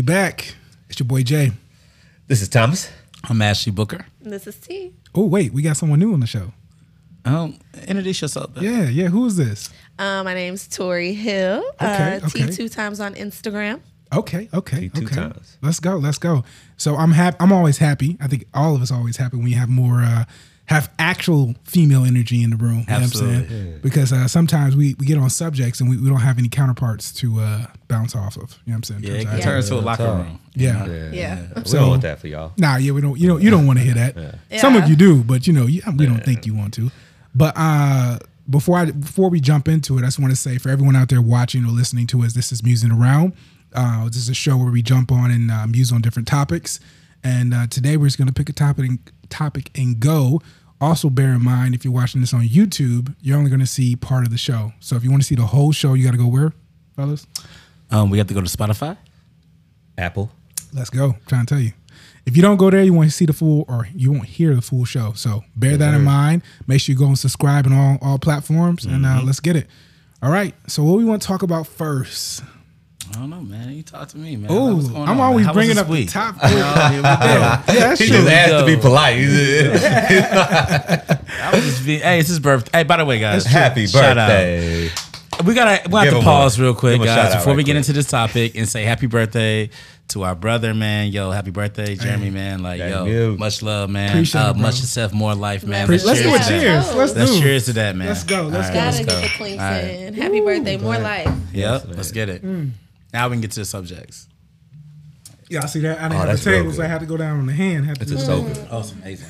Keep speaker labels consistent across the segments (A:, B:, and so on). A: back. It's your boy Jay.
B: This is Thomas.
C: I'm Ashley Booker.
D: This is T.
A: Oh wait, we got someone new on the show.
C: Um, introduce yourself. babe.
A: Yeah, yeah. Who is this?
D: Uh, my name's Tori Hill.
A: Okay,
D: uh,
A: okay.
D: T two times on Instagram.
A: Okay, okay,
B: Be two
A: okay.
B: times.
A: Let's go, let's go. So I'm happy. I'm always happy. I think all of us always happy when you have more, uh, have actual female energy in the room. You know what I'm saying?
C: Absolutely.
A: Because uh, sometimes we, we get on subjects and we, we don't have any counterparts to uh, bounce off of. You know what I'm saying?
C: Yeah, it
A: Turns out-
C: can turn into a locker
B: Yeah.
A: yeah.
C: room.
D: Yeah.
B: We
A: So-
B: don't want that for y'all.
A: Nah, yeah, we don't. You know, you don't want to hear that. Some
D: Yeah.
A: of you do, but you know, you, we don't think you want to. But uh, before I before we jump into it, I just want to say for everyone out there watching or listening to us, this is Musing Around. Uh, this is a show where we jump on and uh, muse on different topics. And uh, today we're just gonna pick a topic and topic and go. Also, bear in mind if you're watching this on YouTube, you're only gonna see part of the show. So if you want to see the whole show, you gotta go where, fellas?
C: Um, we have to go to Spotify.
B: Apple.
A: Let's go. trying to tell you. If you don't go there, you won't see the full or you won't hear the full show. So bear that in mind. Make sure you go and subscribe on all, all platforms and uh,
C: Mm-hmm.
A: let's get it. All right. So what we want to talk about first?
C: I don't know, man. You talk to me, man.
A: Oh,
C: What's going on,
A: I'm
C: man?
A: always
C: How was
A: bringing
C: this
A: up
C: week?
A: the top.
C: Oh, here we go.
A: yeah, that's
B: He
A: true.
B: just asked to be
C: go.
B: polite. He's-
C: I was just being- hey, it's his birthday. Hey, by the way, guys,
B: Happy
C: shout out.
B: birthday.
C: We gotta
B: Give
C: we have to
B: him
C: pause
B: one.
C: real quick,
B: Give him a shout
C: guys,
B: out
C: before
B: right
C: we get
B: quick.
C: into this topic and say happy birthday to our brother, man. Yo, happy birthday, Jeremy, man. Like,
B: Thank
C: yo,
B: you.
C: much love, man.
A: Appreciate
C: uh,
A: it, bro.
C: much yourself, more life, man.
D: Let's
A: Let's do
C: to
A: a
D: Cheers.
C: that.
A: cheers. Let's
C: Let's
A: do.
C: cheers to that, man.
A: Let's go, let's
C: All
A: go.
C: let's
D: Gotta get the clinks in. Happy birthday, more life.
C: Yep, let's get it. Now we can get to the subjects.
A: Y'all see that? I
B: Oh,
A: didn't have
B: that's
A: the
B: real
A: table, so
B: good.
A: I had to go down on the hand. Had to
B: It's
A: do
B: just
A: that.
B: open.
C: Oh, it's amazing.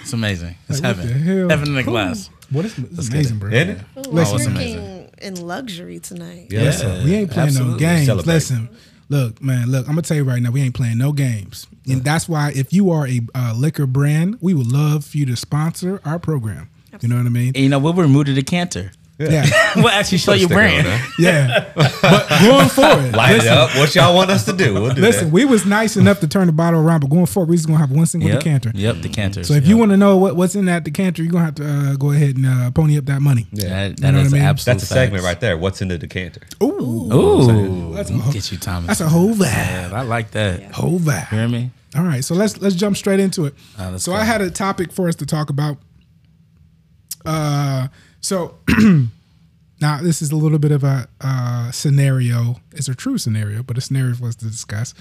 C: It's amazing. It's
A: Like, what
C: heaven.
A: the hell?
C: Heaven in a glass.
A: What is this? Is
C: get
A: amazing,
C: it.
A: bro.
B: Isn't it?
D: Ooh,
C: Listen.
D: we're
C: That's
D: drinking in luxury tonight.
B: Yeah.
A: Listen, we ain't playing no
C: Uh, absolutely.
A: games.
B: Celebrate.
A: Listen, look, man, look, I'm gonna tell you right now, we ain't playing no games, and that's why if you are a uh, liquor brand, we would love for you to sponsor our program. You know what I mean?
C: And you know, we'll remove the decanter.
A: Yeah,
C: We'll actually show you
B: Stick
C: brand.
B: on, huh?
A: yeah. but going forward,
B: Light
A: listen,
B: it up. What y'all want us to do? We'll do
A: listen, we was nice enough to turn the bottle around, but going forward, we just gonna have one single
C: Yep.
A: decanter.
C: Yep, decanter.
A: So if you want to know what, what's in that decanter, you're gonna have to uh, go ahead and uh, pony up that money.
B: that. Yeah.
C: that,
A: You
C: that
A: know what
C: is
A: I mean?
C: absolute
B: That's a segment
C: facts.
B: right there. What's in the decanter?
A: Ooh,
C: Ooh,
A: That's
C: that's
A: a whole-
C: get you, Thomas.
A: that's a whole vibe.
C: Man, I like that.
A: Whole vibe.
C: You hear me?
A: All right, so let's let's jump straight into it.
C: Uh, let's
A: so
C: go.
A: I had a topic for us to talk about. Uh, so now this is a little bit of a uh, scenario. It's a true scenario, but a scenario for us to discuss.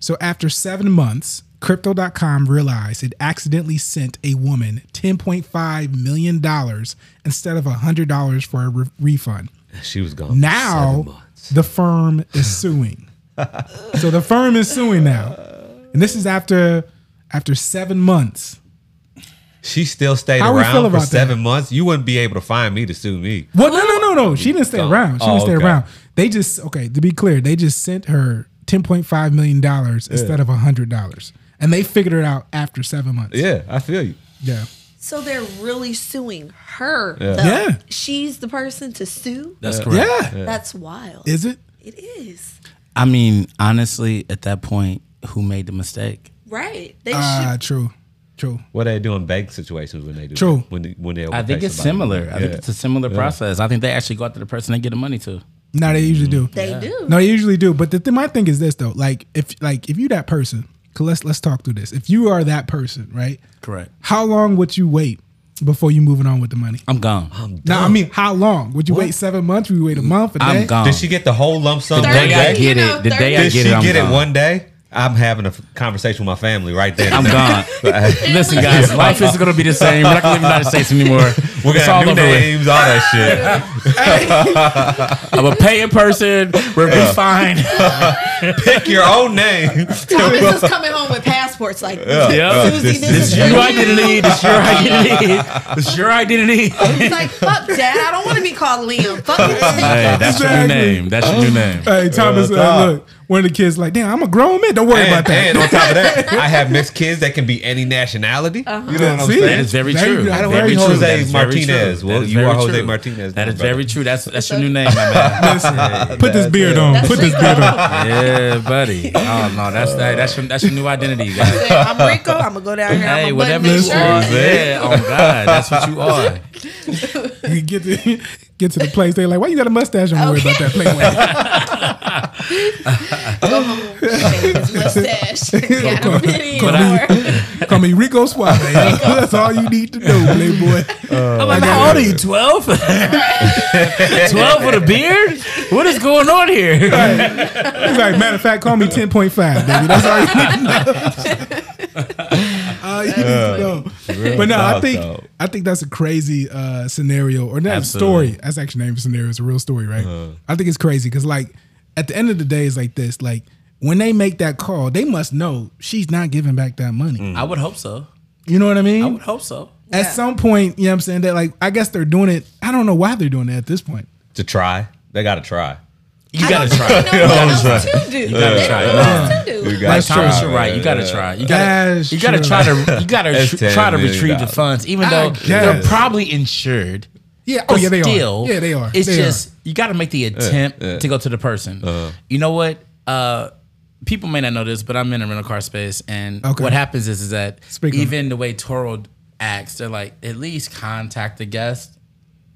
A: So after seven months, Crypto.com realized it accidentally sent a woman ten point five million dollars instead of hundred dollars for a re- refund.
B: She was gone. for seven
A: Now
B: months.
A: the firm is suing. so the firm is suing now, and this is after after seven months.
B: she still stayed
A: How we feel
B: around for
A: about that?
B: seven months. You wouldn't be able to find me to sue me.
A: Well, no, no, no, no. She didn't stay
B: Gone.
A: around. She didn't
B: Oh,
A: stay
B: okay.
A: around. They just okay. To be clear, they just sent her ten point five million dollars instead of hundred dollars, and they figured it out after seven months.
B: Yeah, I feel you.
A: yeah.
D: So they're really suing her.
B: Yeah.
D: though.
A: Yeah.
D: She's the person to sue.
C: That's correct.
A: Yeah.
D: That's wild.
A: Is it?
D: it is.
C: I mean, honestly, at that point, who made the mistake?
D: Right. They
A: Ah,
D: should.
A: true, true.
B: What are they doing bank situations when they do?
A: True.
B: That? When they, when they
C: I think
B: overpay
C: it's
B: somebody.
C: similar. I think
B: Yeah.
C: it's a similar process. I think they actually go after the person they get the money to.
A: No, they usually do.
D: They do.
A: No, you usually do. But the th- my thing is this though, like if like if you that person, 'cause let's let's talk through this. If you are that person, right?
C: Correct.
A: How long would you wait before you moving on with the money?
C: I'm gone.
A: Now,
B: Oh.
A: I mean, how long would you wait? Seven months? Would you wait a month? A day?
C: I'm gone.
B: Did she get the whole lump sum
D: The
B: one
D: thirty-
C: day I
B: day?
C: get
D: You know,
C: it, the day I
B: Did
C: get
B: she
C: it, I'm
B: get
C: gone.
B: it one day? I'm having a f- conversation with my family right there.
C: I'm gone. Listen, guys, life isn't gonna be the same. We're not gonna live in the United States anymore.
B: We're gonna
C: it's
B: have
C: all
B: new
C: over with.
B: names, all that shit.
C: I'm a paying person. We're be fine.
B: Pick your own name.
D: Thomas is coming home with passports like this.
C: Yep.
D: Susie, this,
B: This- this
D: is
C: It's your
D: for
C: identity.
D: you.
C: It's your identity. It's your identity. hey,
D: He's like, fuck, Dad. I don't want to be called Liam. Fuck this.
C: that's your new
A: Exactly.
C: name. That's your new name.
A: Hey Thomas, uh,
B: Tom.
A: look, one of the kids like, damn, I'm a grown man. Don't worry about
B: And,
A: that.
B: and on top of that, I have mixed kids that can be any nationality.
A: Uh-huh.
B: You know what I'm
A: See?
C: That
B: saying?
C: is very
A: There you
C: true.
A: go. I don't
C: Very
A: know
C: true.
B: Jose
C: That is very
B: Martinez.
C: true.
B: Well,
C: That is
B: you
C: very
B: are Jose
C: true.
B: Martinez
C: That
B: now,
C: is very
B: brother.
C: true. That's that's your new name, my man.
A: Listen, put this
B: That's
A: beard
B: it.
A: on.
D: That's
A: Put this
D: legal.
A: beard on.
C: yeah, buddy. Oh no, that's that, that's your that's your new identity, guys.
D: Say, I'm Rico. I'm gonna go down here.
C: Hey,
D: I'm gonna
C: whatever
D: button
C: you
D: this
C: are,
D: shirt.
C: yeah. Oh God, that's what you are.
A: You get to get to the place. They're like, why you got a mustache? Don't worry about that. Play with it.
D: Go home. shaving his mustache. Got a pity
A: But I-
D: anymore.
A: Call me Rico Suave. That's all you need to know, Playboy.
C: I'm like, Oh, how old are you? 12? 12 with a beard? What is going on here?
A: He's like, matter of fact, call me 10.5, baby. That's all you need to know. All you need to know. But no, I
B: talk,
A: think
B: though.
A: I think that's a crazy uh, scenario or not a
C: Absolutely. Uh-huh.
A: story. That's actually not even a scenario. It's a real story, right? I think it's crazy because like at the end of the day, it's like this. Like when they make that call, they must know she's not giving back that money.
C: I would hope so.
A: You know what I mean?
C: Mm. I would hope so.
A: At
D: Yeah.
A: some point, you know what I'm saying? That like I guess they're doing it. I don't know why they're doing it at this point.
B: to try. They gotta try.
C: You gotta try.
D: You know what else to do. You
C: gotta try.
D: else to do.
B: You
C: Like
B: gotta
C: Thomas,
B: try,
C: you're right.
B: man.
C: You gotta
B: Yeah.
C: try. You gotta.
A: That's
C: you gotta
A: true.
C: try to. You gotta
B: That's
C: tr-
B: $10
C: try to
B: million.
C: retrieve the funds, even
A: I
C: though they're
A: guess.
C: probably insured.
A: Yeah. Oh
C: But
A: yeah, they
C: still,
A: are. Yeah, they are.
C: It's
A: They are.
C: just you gotta make the attempt to go to the person.
B: Uh-huh.
C: You know what? Uh, people may not know this, but I'm in a rental car space, and
A: Okay.
C: what happens is is that
A: Speak on
C: even the way Toro acts, they're like, at least contact the guest.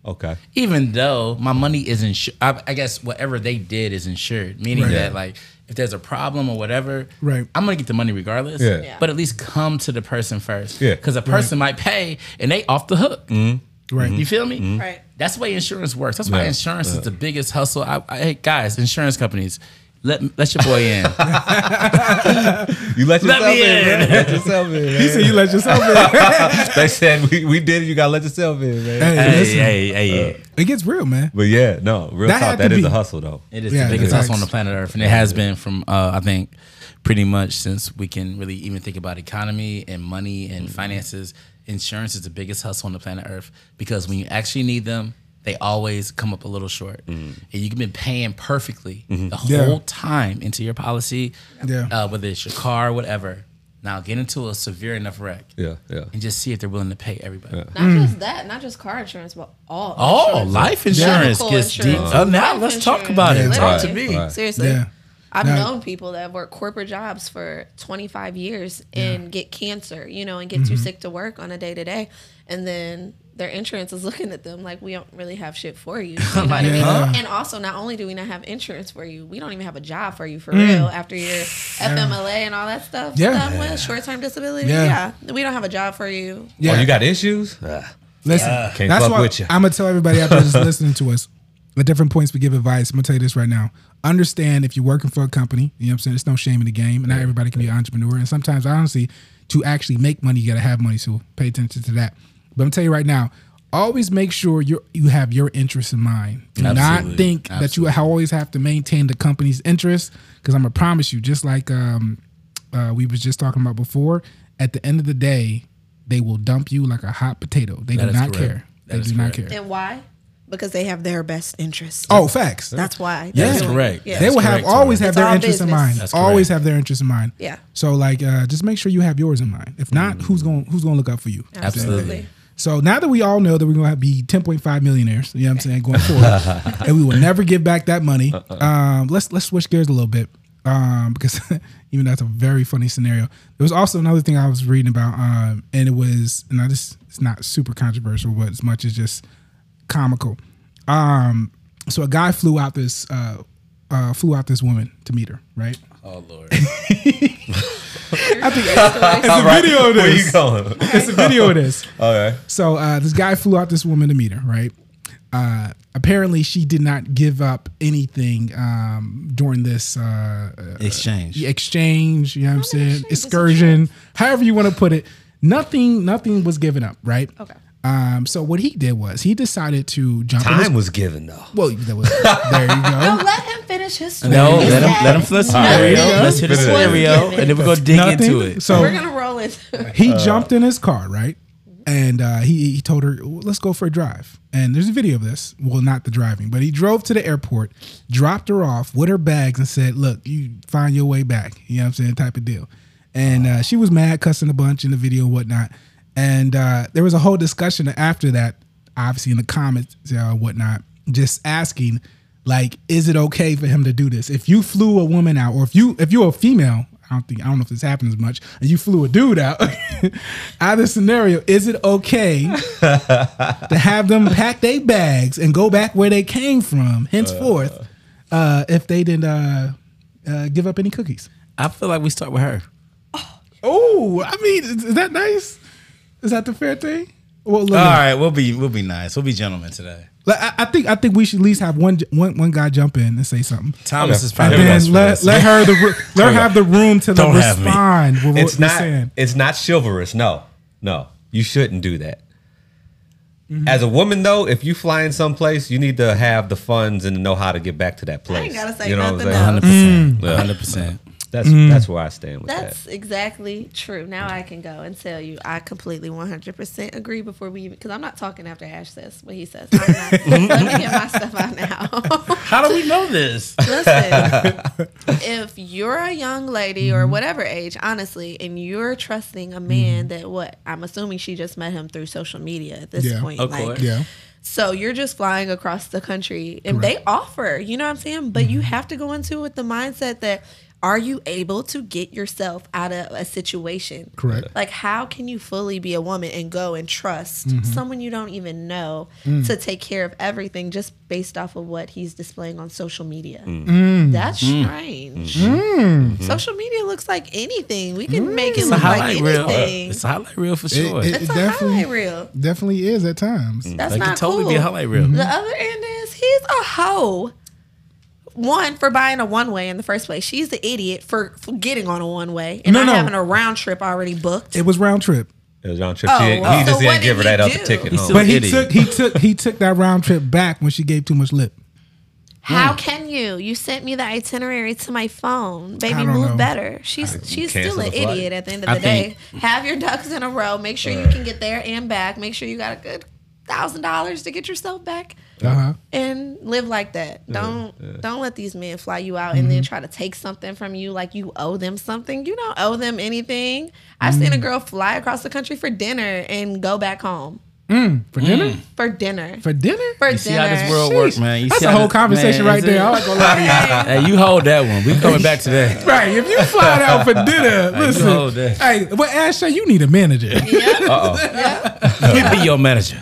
B: Okay.
C: even though my money is insured, I, I guess whatever they did is insured, meaning
A: Right.
C: that like if there's a problem or whatever,
A: Right.
C: I'm gonna get the money regardless.
B: Yeah. Yeah.
C: But at least come to the person first,
B: Yeah. Mm-hmm.
C: because the person might pay and they off the hook.
A: right.
C: You feel me?
D: Right.
C: That's the way insurance works. That's why
B: Yeah.
C: insurance is the biggest hustle. I, I hey guys, insurance companies. Let, let your boy in.
B: You let
C: Let
B: yourself
C: me
B: in.
C: in.
B: Man. Let yourself in.
A: He
B: Man.
A: said you let yourself in.
B: they said we, we did it. You gotta let yourself in, man.
A: Hey,
C: hey,
A: listen,
C: hey, hey.
A: it gets real, man.
B: But yeah, no, real
A: That had
B: talk.
A: to
B: That is
A: be-
B: a hustle though.
C: It is
A: Yeah,
C: the biggest
A: facts.
C: hustle on the planet Earth, and it has been from uh, I think pretty much since we can really even think about economy and money and finances. Insurance is the biggest hustle on the planet Earth because when you actually need them, they always come up a little short, and you've been paying perfectly the
A: Mm-hmm. Yeah.
C: whole time into your policy,
A: Yeah.
C: uh, whether it's your car, or whatever. Now get into a severe enough wreck
B: Yeah, yeah.
C: and just see if they're willing to pay everybody.
D: Not
B: Hmm.
D: just that, not just car insurance, but all.
C: Oh,
D: insurance.
C: life insurance
D: Medical
C: gets deep.
D: insurance,
C: Oh, now
D: life
C: let's talk
D: insurance.
C: about it.
A: Yeah,
C: Talk to
D: Literally.
C: me.
B: Right.
D: Seriously.
A: Yeah.
B: Oh,
D: I've
A: Now-
D: known people that work corporate jobs for 25 years and get cancer, you know, and get too sick to work on a day to day. And then their insurance is looking at them like, we don't really have shit for you. you know what I mean?
A: Yeah.
D: And also, not only do we not have insurance for you, we don't even have a job for you for real after your FMLA and all that stuff.
A: Yeah.
D: done with, short term disability.
A: Yeah.
D: Yeah. We don't have a job for you.
A: Yeah.
B: Oh, you got issues? Ah,
A: Listen,
B: Can't
A: that's
B: fuck
A: why
B: with ya.
A: I'm gonna tell everybody out there that's listening to us. At different points, we give advice. I'm gonna tell you this right now. Understand if you're working for a company, you know what I'm saying? There's no shame in the game, and not everybody can be an entrepreneur. And sometimes, honestly, to actually make money, you gotta have money. So pay attention to that. But I'm telling you right now, always make sure you you have your interests in mind. Do not
C: Absolutely.
A: think that you always have to maintain the company's interests, because I'm gonna promise you, just like um, uh, we was just talking about before. At the end of the day, they will dump you like a hot potato. They do
C: is
A: not
C: correct.
A: care.
C: That
A: they
C: is
A: do not
C: correct.
A: care.
D: And why? Because they have their best interest.
A: Oh, facts.
D: That's why.
A: Yeah.
D: They're
A: That's
D: doing it.
C: correct.
D: Yeah.
A: they will have
C: correct,
A: always have
D: It's
A: their
D: all
A: interests in
D: business.
A: mind.
C: That's
A: always
C: correct.
A: have their interests in mind.
D: Yeah.
A: So like, uh, just make sure you have yours in mind. If not,
C: Mm.
A: who's going who's going to look out for you?
C: Absolutely.
A: So now that we all know that we're going to be 10.5 millionaires, you know what I'm saying, going forward, and we will never give back that money. Um, let's let's switch gears a little bit um, because even that's a very funny scenario. There was also another thing I was reading about, um, and it was and I just it's not super controversial, but as much as just comical. Um, so a guy flew out this uh, uh, flew out this woman to meet her, right?
C: Oh Lord.
A: It's a video of
B: Where
A: this.
B: you going?
A: It's a video of this.
B: All right.
A: So uh, this guy flew out this woman to meet her, right? Uh, apparently, she did not give up anything um, during this uh,
C: Exchange.
A: exchange. You know what I'm saying?
D: exchange is a
A: Excursion, however you want to put it. Nothing, nothing was given up, right?
D: Okay.
A: Um, so what he did was he decided to jump. in
B: Time
A: his-
B: was given though.
A: well, that was, there you
D: No,
A: go.
D: let him finish his story.
C: No,
D: He
C: let him
D: said
C: let him flip scenario.
D: nothing
C: Let's hit the
D: was
C: scenario,
D: given.
C: and then we're gonna dig
A: Nothing.
C: into it.
A: So
D: We're gonna roll it.
A: he jumped in his car, right? And uh, he, he told her, "Well, let's go for a drive. And there's a video of this. Well, not the driving, but he drove to the airport, dropped her off with her bags, and said, Look, you find your way back. You know what I'm saying? Type of deal. And uh, she was mad, cussing a bunch in the video and whatnot. And uh, there was a whole discussion after that, obviously in the comments uh, and whatnot, just asking, like, is it okay for him to do this? If you flew a woman out, or if you if you're a female, I don't think I don't know if this happens much. And you flew a dude out. Either scenario, is it okay to have them pack their bags and go back where they came from henceforth, uh, if they didn't uh, uh, give up any cookies?
C: I feel like we start with her.
A: Oh, I mean, is, is that nice? Is that the fair thing? Well, look,
C: All right, we'll be we'll be nice. We'll be gentlemen today.
A: like, I, I think I think we should at least have one one one guy jump in and say something.
C: Thomas
B: Okay.
C: is
A: And
C: probably the
A: then
C: best for
A: let,
C: this.
A: let her the ru- let her have the room to like,
C: Don't have me.
A: respond with what
B: It's
A: we're
B: not.
A: saying.
B: It's not chivalrous. No, no, you shouldn't do that.
A: Mm-hmm.
B: As a woman, though, if you fly in someplace, you need to have the funds and know how to get back to that place.
D: gotta say
B: you know
D: nothing
B: What I'm saying?
C: 100%.
A: Mm.
B: Yeah.
C: 100%.
B: That's
A: Mm-hmm.
B: that's where I stand with
D: That's
B: that.
D: exactly true. Now I can go and tell you I completely 100% agree before we even, because I'm not talking after Ash says what he says. I'm not. Let me get my stuff out now.
C: How do we know this?
D: Listen, if you're a young lady
A: Mm-hmm.
D: or whatever age, honestly, and you're trusting a man that what I'm assuming she just met him through social media at this
A: Yeah.
D: point.
C: Of
D: like,
C: course.
A: Yeah,
D: So you're just flying across the country and they offer, you know what I'm saying? But you have to go into it with the mindset that are you able to get yourself out of a situation?
A: correct.
D: Like, how can you fully be a woman and go and trust someone you don't even know to take care of everything just based off of what he's displaying on social media?
C: Mm.
D: That's strange.
C: Mm-hmm.
D: Social media looks like anything. We can make it
C: It's a
D: look like
C: highlight reel.
D: anything.
C: Mm. It's a highlight reel for sure.
A: it-
D: It's a
A: Definitely.
D: highlight reel.
A: Definitely is at times.
D: That's
C: like
D: not
C: it totally
D: cool.
C: be a highlight reel.
D: The
A: Mm-hmm.
D: other end is he's a hoe. One for buying a one way in the first place. She's the idiot for, for getting on a one way and
A: No,
D: not
A: no.
D: having a round trip already booked.
A: It was round trip,
B: It was round trip.
D: Oh,
B: She didn't-
D: well.
B: he
D: So
B: just
D: what
B: didn't give her
D: did he
B: that other
D: do?
B: ticket
C: He
B: home.
C: still-
A: but he
C: idiot.
A: took he took he took that round trip back when she gave too much lip.
D: How can you? You sent me the itinerary to my phone.
A: I
D: Baby,
A: don't
D: move
A: know.
D: better. She's she's
B: cancel
D: still an
B: the flight.
D: idiot at the end of
C: I
D: the day.
C: think-
D: Have your ducks in a row. Make sure you can get there and back. Make sure you got a good thousand dollars to get yourself back
A: Uh huh.
D: and live like that. Don't don't let these men fly you out and
C: Mm-hmm.
D: then try to take something from you like you owe them something. You don't owe them anything. I've
C: Mm-hmm.
D: seen a girl fly across the country for dinner and go back home
A: For
C: Mm.
A: dinner.
D: for dinner. For,
A: For dinner.
C: You
D: dinner.
C: see how this world works, man. You
A: That's
C: see
A: a
C: how
A: whole
C: this-
A: conversation
C: man,
A: right
C: is
A: there.
C: it-
A: I like gonna lie.
C: Hey, you hold that one. We coming back to that.
A: Right, if you fly out for dinner, listen.
C: know that.
A: Hey, well, Ashley, you need a manager.
C: We be your manager.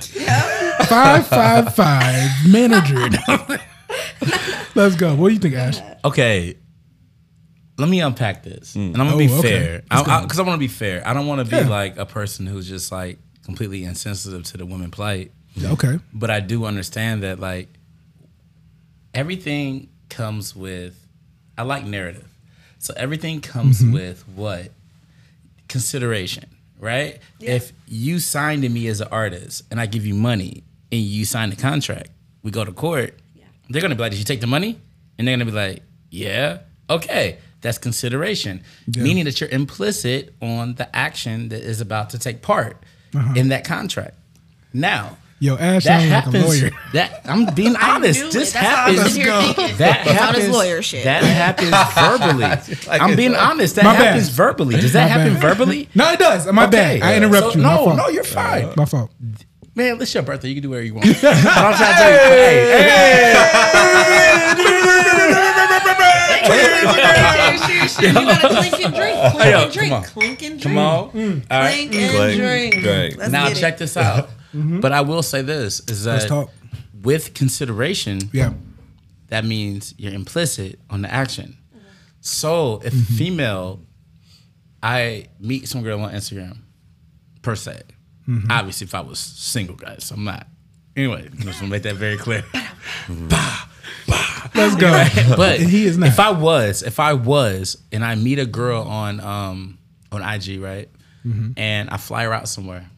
A: five five five manager. Let's go. What do you think, Ash?
C: Okay. Let me unpack this, and I'm gonna
A: Oh,
C: be
A: okay.
C: fair,
A: Let's go.
C: because I, want to be fair. I don't want to be
A: Yeah.
C: like a person who's just like completely insensitive to the women plight.
A: Okay.
C: but I do understand that like everything comes with I like narrative. So everything comes with what consideration, right? If you sign to me as an artist and I give you money and you sign the contract, we go to court, they're gonna be like, Did you take the money? And they're gonna be like, Yeah, okay. That's consideration. Meaning that you're implicit on the action that is about to take part in that contract. Now,
A: Yo, Ash
C: that
A: sounds like a
C: happens.
A: lawyer.
C: That I'm being
D: I
C: honest.
D: knew it.
C: This
D: That's all I was
C: happens.
D: sitting here thinking.
C: That
D: It's all
C: happens.
D: this lawyer shit.
C: That happens verbally.
B: Like
C: I'm
B: it's
C: being
B: a-
C: honest. That
A: My bad.
C: happens verbally. Does that
A: My
C: happen
A: bad.
C: verbally?
A: No, it does. My bad. I interrupt
C: So-
A: you. My
C: no,
A: fault. Uh,
C: no, you're fine.
A: My fault.
C: Man, it's your birthday. You can do whatever you want. but I'm trying to tell you. Hey,
D: you gotta clink and drink, clink
C: Yo,
D: and drink,
C: come on.
D: clink and drink.
C: come on.
A: Mm.
C: All right.
D: Clink and
B: Clink,
D: drink.
B: drink.
D: Let's
C: now
D: get it.
C: check this out. But I will say this is that
A: Mm-hmm. Let's talk.
C: with consideration,
A: Yeah.
C: that means you're implicit on the action. So if female, I meet some girl on Instagram, per se. Obviously, if I was single, guys, I'm not. Anyway, I just want to make that very clear.
A: Let's go.
C: But
A: He is not.
C: If I was, if I was, and I meet a girl on um on IG, right,
A: Mm-hmm.
C: and I fly her out somewhere,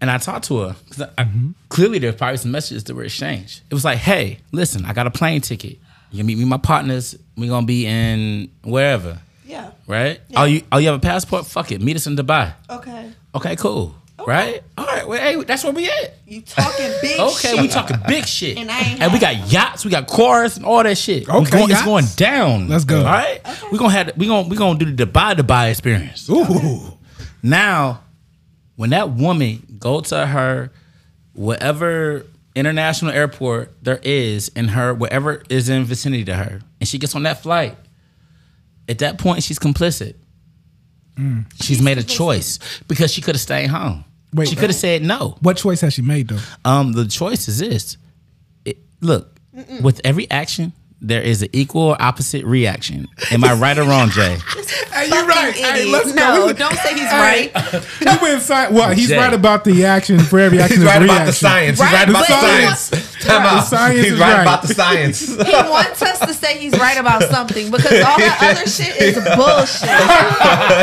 C: and I talk to her. 'cause I-
A: Mm-hmm.
C: clearly, there's probably some messages that were exchanged. It was like, "Hey, listen, I got a plane ticket. You can meet me, and my partners. We gonna be in wherever,
D: Yeah.
C: right? Oh, you oh you have a passport? Fuck it, meet us in Dubai.
D: Okay.
C: Okay, cool." Right? All right. Well, hey, that's where we at.
D: You talking big
C: Okay,
D: shit.
C: we talking big shit.
D: And
C: And,
D: I ain't
C: we got yachts, we got cars and all that shit. We
A: Okay,
C: going- it's
A: yachts.
C: going down.
A: Let's go.
C: All right. We're gonna have we gonna we gonna do the Dubai Dubai experience.
A: Ooh.
C: Now, when that woman go to her whatever international airport there is in her whatever is in vicinity to her, and she gets on that flight, at that point she's complicit.
A: Mm.
C: She's, made a choice because she could have stayed home.
A: Wait.
C: she could have said no.
A: What choice has she made though?
C: Um, the choice is this. It, look, with every action, there is an equal or opposite reaction. Am I right or wrong, Jay?
A: Hey, you're right. Hey,
D: idiot.
A: let's
D: no,
A: go. We-
D: don't say he's
A: Hey.
D: right.
A: We went sci- well, he's
C: Jay.
A: right about the action for every action. is
B: He's
A: a
B: right about the
A: reaction.
B: science. He's
D: Right,
B: right about the
D: but-
B: science. Time out.
A: science
B: He's
A: is
B: right
A: right. Mm.
B: about the science.
D: He wants us to say he's right about something because all that other shit is bullshit.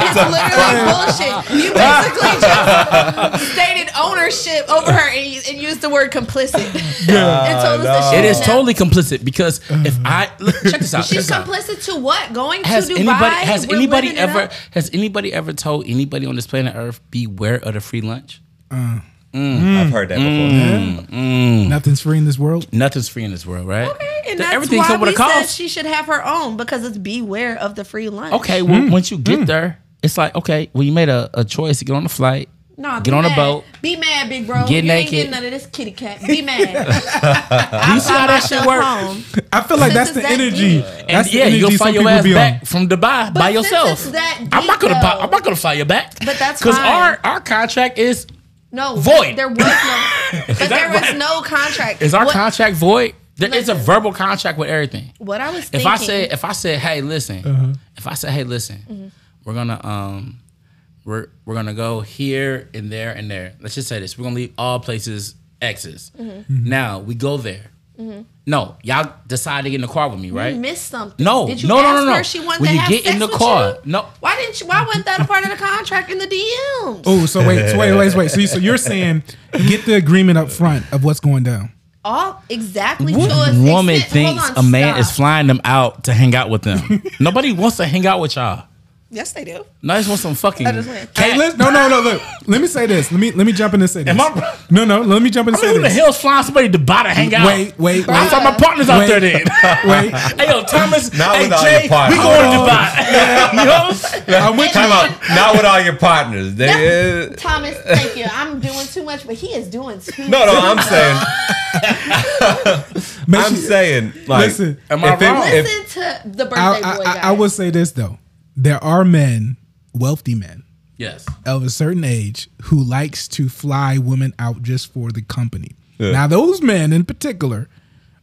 D: It's literally bullshit. You basically just stated ownership over her and, you- and used the word complicit and told us that she
C: It is
D: was
C: totally complicit because
A: Mm-hmm.
C: if I look, check this out. check
D: She's
C: this out.
D: complicit to what? Going
C: Has
D: to Dubai?
C: anybody has
D: We're
C: anybody
D: living it
C: ever
D: up?
C: has anybody ever told anybody on this planet Earth beware of the free lunch?
B: I've heard that before.
A: Mm. Nothing's free in this world.
C: Nothing's free in this world, right?
D: Okay, and
C: Th-
D: that's
C: everything
D: why
C: come with
D: we
C: a
D: said
C: cost.
D: she should have her own because it's beware of the free lunch.
C: Okay, well,
A: Mm,
C: once you get there, it's like okay, well, you made a, a choice to get on a flight,
D: Nah,
C: get
D: be
C: on
D: mad.
C: a boat.
D: Be mad, big bro.
C: Get naked.
D: you ain't getting none of this kitty cat. Be mad. you
C: see how that shit work?
A: I feel like that's
D: Since
A: the
D: it's that
A: energy.
D: deep.
C: And
A: That's the
C: yeah,
A: energy
C: you'll
A: some
C: find your
A: people
C: ass
A: be
C: back
A: on.
C: from Dubai by
D: since
C: yourself.
D: it's that
C: I'm not gonna.
D: detailed-
C: buy- I'm not gonna fire you back.
D: But that's
C: because
D: fine.
C: our our contract is
D: No,
C: Void.
D: There was no.
C: that
D: But there was
C: right?
D: no contract.
C: is our
D: what,
C: contract void. There is a
D: Listen.
C: verbal contract with everything.
D: What I was
C: if
D: thinking. Mm-hmm.
C: I said if I said hey listen if I said hey listen we're gonna um we're we're gonna go here and there and there let's just say this we're gonna leave all places X's
D: Mm-hmm.
C: now we go there no y'all decide to get in the car with me right
D: you missed something.
C: No,
D: Did you
C: no, no,
D: ask
C: no, no.
D: Her she wanted
C: When
D: to
C: you
D: have
C: get
D: sex
C: in the
D: with
C: car,
D: you?
C: no.
D: Why didn't you? Why wasn't that a part of the contract in the DMs?
A: Oh, so wait, so wait, wait, wait. So, you, so you're saying get the agreement up front of what's going down.
D: All exactly. to
C: What
D: us.
C: woman
D: Except-
C: thinks
D: hold
C: a
D: on,
C: man
D: stop.
C: is flying them out to hang out with them? Nobody wants to hang out with y'all.
D: Yes, they do.
C: No, they just want some fucking.
D: I just went,
A: Hey, let no, no, no. Look, let me say this. Let me let me jump in and say this.
C: Am I-
A: No, no. Let me jump in and say
C: who the
A: this.
C: hell's flying somebody to buy to hang out?
A: Wait, wait, wait.
C: I
D: Bruh.
C: find my partners out there then.
A: Wait,
C: hey, yo, Thomas,
B: Not
C: hey,
B: with all
C: Jay,
B: your partners.
C: we going to
B: Hold
C: Dubai. you know what I'm saying?
A: I'm with you.
B: Time out. Not with all your partners. They,
D: No,
B: uh,
D: Thomas, thank you. I'm doing too much, but he is doing too.
B: no, no. I'm saying.
A: Make
B: I'm
A: sure-
B: saying. Like,
A: Listen.
C: Am I
B: if it-
C: wrong?
B: if-
D: Listen to the birthday
A: I,
D: boy
A: I,
D: guy.
A: I, I will say this though. There are men, wealthy men
C: Yes.
A: of a certain age, who likes to fly women out just for the company. Now, those men in particular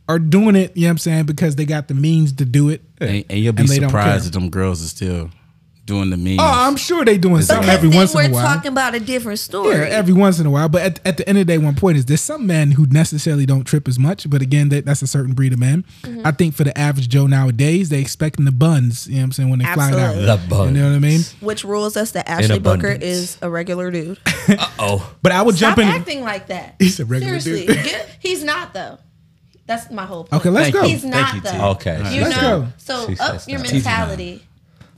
A: are doing it. You know what I'm saying because they got the means to do it.
C: And, and you'll be
A: And they don't
C: surprised
A: care.
C: that them girls are still doing the memes.
A: Oh, I'm sure they doing something
D: Because
A: every
D: then
A: once in a
D: we're
A: while.
D: talking about a different story.
A: Yeah, every once in a while. But at, at the end of the day, one point is there's some men who necessarily don't trip as much. But again, that, that's a certain breed of man.
D: Mm-hmm.
A: I think for the average Joe nowadays, they expecting the buns. You know what I'm saying when they fly out.
D: Absolutely.
B: The
A: You know what I mean?
D: Which rules us that Ashley Booker
B: abundance.
D: is a regular dude.
B: oh,
A: But I would
D: Stop
A: jump in.
D: acting like that.
A: He's a regular
D: Seriously.
A: dude.
D: Get- he's not though. That's my whole point.
A: Okay, let's
C: Thank
A: go.
C: you.
D: he's not
C: Thank you, T.
D: though.
A: Oh.
B: Okay.
D: You
A: Let's
D: know,
A: go.
D: so
B: She
D: up
B: says
D: your
B: that.
D: mentality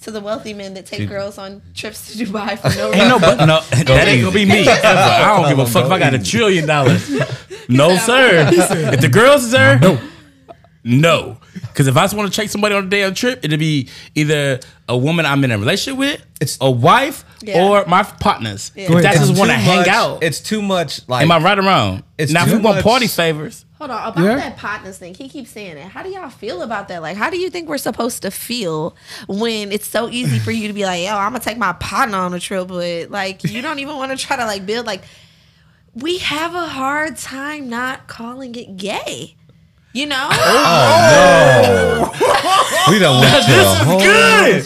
D: to the wealthy men that take girls on trips to Dubai for no
C: Ain't no,
D: reason.
C: but no, that ain't gonna be me. Ever. I don't give a fuck if I got a trillion dollars. No, sir. If the girls is there, no, no. Because if I just want to take somebody on a damn trip, it'd be either a woman I'm in a relationship with, it's a wife,
D: Yeah.
C: or my partners.
D: Yeah.
C: If
A: Go
C: I
A: ahead,
C: just
A: Thomas.
C: want to
B: too
C: hang
B: much-
C: out,
B: It's too much. Like
C: am I right or wrong?
B: It's
C: now, if
B: too
C: we want
B: much-
C: party favors,
D: Hold on, about
A: Yeah.
D: that partners thing, he keeps saying it. How do y'all feel about that? Like, how do you think we're supposed to feel when it's so easy for you to be like, yo, I'm gonna take my partner on a trip, but like, you don't even want to try to like build like. We have a hard time not calling it gay, you know.
A: Oh,
B: We don't want you.
C: this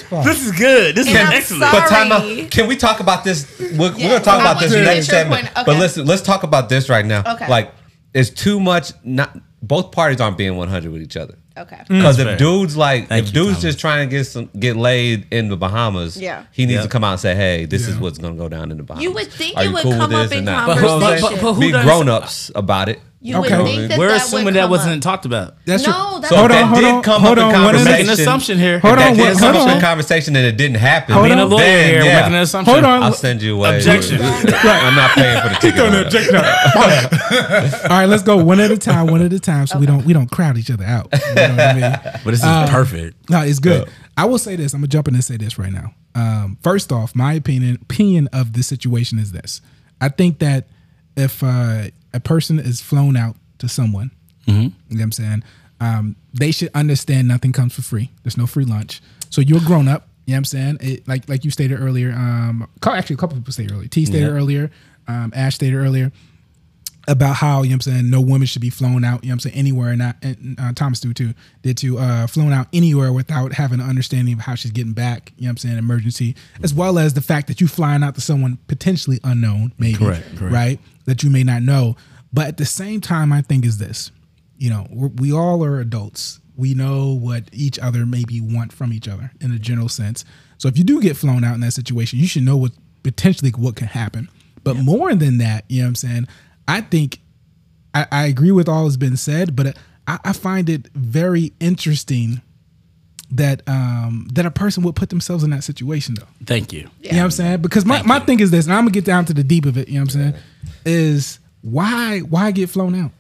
C: is good. This is good. This is
D: And I'm
C: excellent.
D: sorry.
B: But time
D: Sorry.
B: out. Can we talk about this? We're,
D: Yeah,
B: we're gonna talk
D: I
B: about
D: want
B: this
D: you to
B: next
D: get your
B: segment.
D: point.
B: But
D: Okay.
B: listen, let's talk about this right now.
D: Okay.
B: Like, it's too much. Not both parties aren't being one hundred with each other.
D: okay,
B: Because
C: fair.
B: Mm. if dudes like,
C: Thank
B: if
C: you,
B: dudes
C: Thomas.
B: just trying to get some get laid in the Bahamas,
D: Yeah.
B: he needs
C: Yeah.
B: to come out and say, "Hey, this is
A: Yeah.
B: what's gonna go down in the Bahamas."
D: You would think
B: Are
D: it
B: you
D: would
B: cool
D: come
B: with
D: up
B: this
D: in
B: or not?
C: But who-
D: conversation.
C: but- but who
B: Be
C: does-
B: grown ups about it.
D: you
A: Okay.
D: would think that
C: We're
D: that
C: assuming
D: would
C: that
D: come
C: wasn't
D: Up.
C: talked about.
A: That's
D: No, that's
B: So
A: hold
B: if
A: on,
B: that
A: hold
B: did
A: on,
B: come
A: hold
B: up
A: on.
B: in
A: One
C: We're
A: minute.
B: conversation,
C: making an assumption here.
A: Hold
B: That
A: on,
B: did
A: what-
B: come
A: hold
B: up in
A: on.
B: conversation and it didn't happen.
A: Hold
C: Being
A: on.
C: a lawyer
B: Then,
C: here,
B: yeah.
C: making an assumption.
A: Hold on.
B: I'll send you away.
C: Objection.
B: I'm not paying for the ticket.
A: Don't
B: on that.
A: object now. All right, let's go one at a time, one at a time, so we don't we don't crowd each other out. You know what I mean?
C: But this is perfect.
A: No, it's good. I will say this. I'm gonna jump in and say this right now. Um, first off, my opinion opinion of this situation is this. I think that if uh, a person is flown out to someone, you know what I'm saying, um, they should understand nothing comes for free. There's no free lunch. So you're a grown up. You know what I'm saying? It, like like you stated earlier. Um, co- actually, a couple people stated earlier. T stated earlier. Um, Ash stated earlier about how, you know what I'm saying, no woman should be flown out, you know what I'm saying, anywhere. And, I, and uh, Thomas do too, did too, uh, flown out anywhere without having an understanding of how she's getting back, you know what I'm saying, emergency, as well as the fact that you flying out to someone potentially unknown, maybe,
C: Correct, correct.
A: right, that you may not know. But at the same time, I think is this, you know, we're, we all are adults. We know what each other maybe want from each other in a general sense. So if you do get flown out in that situation, you should know what potentially what can happen. But more than that, you know what I'm saying? I think I, I agree with all that's been said, but I, I find it very interesting that um that a person would put themselves in that situation though.
C: Thank you.
A: You know what I'm saying? Because my, my thing is this, and I'm gonna get down to the deep of it, you know what I'm saying? Is why why get flown out?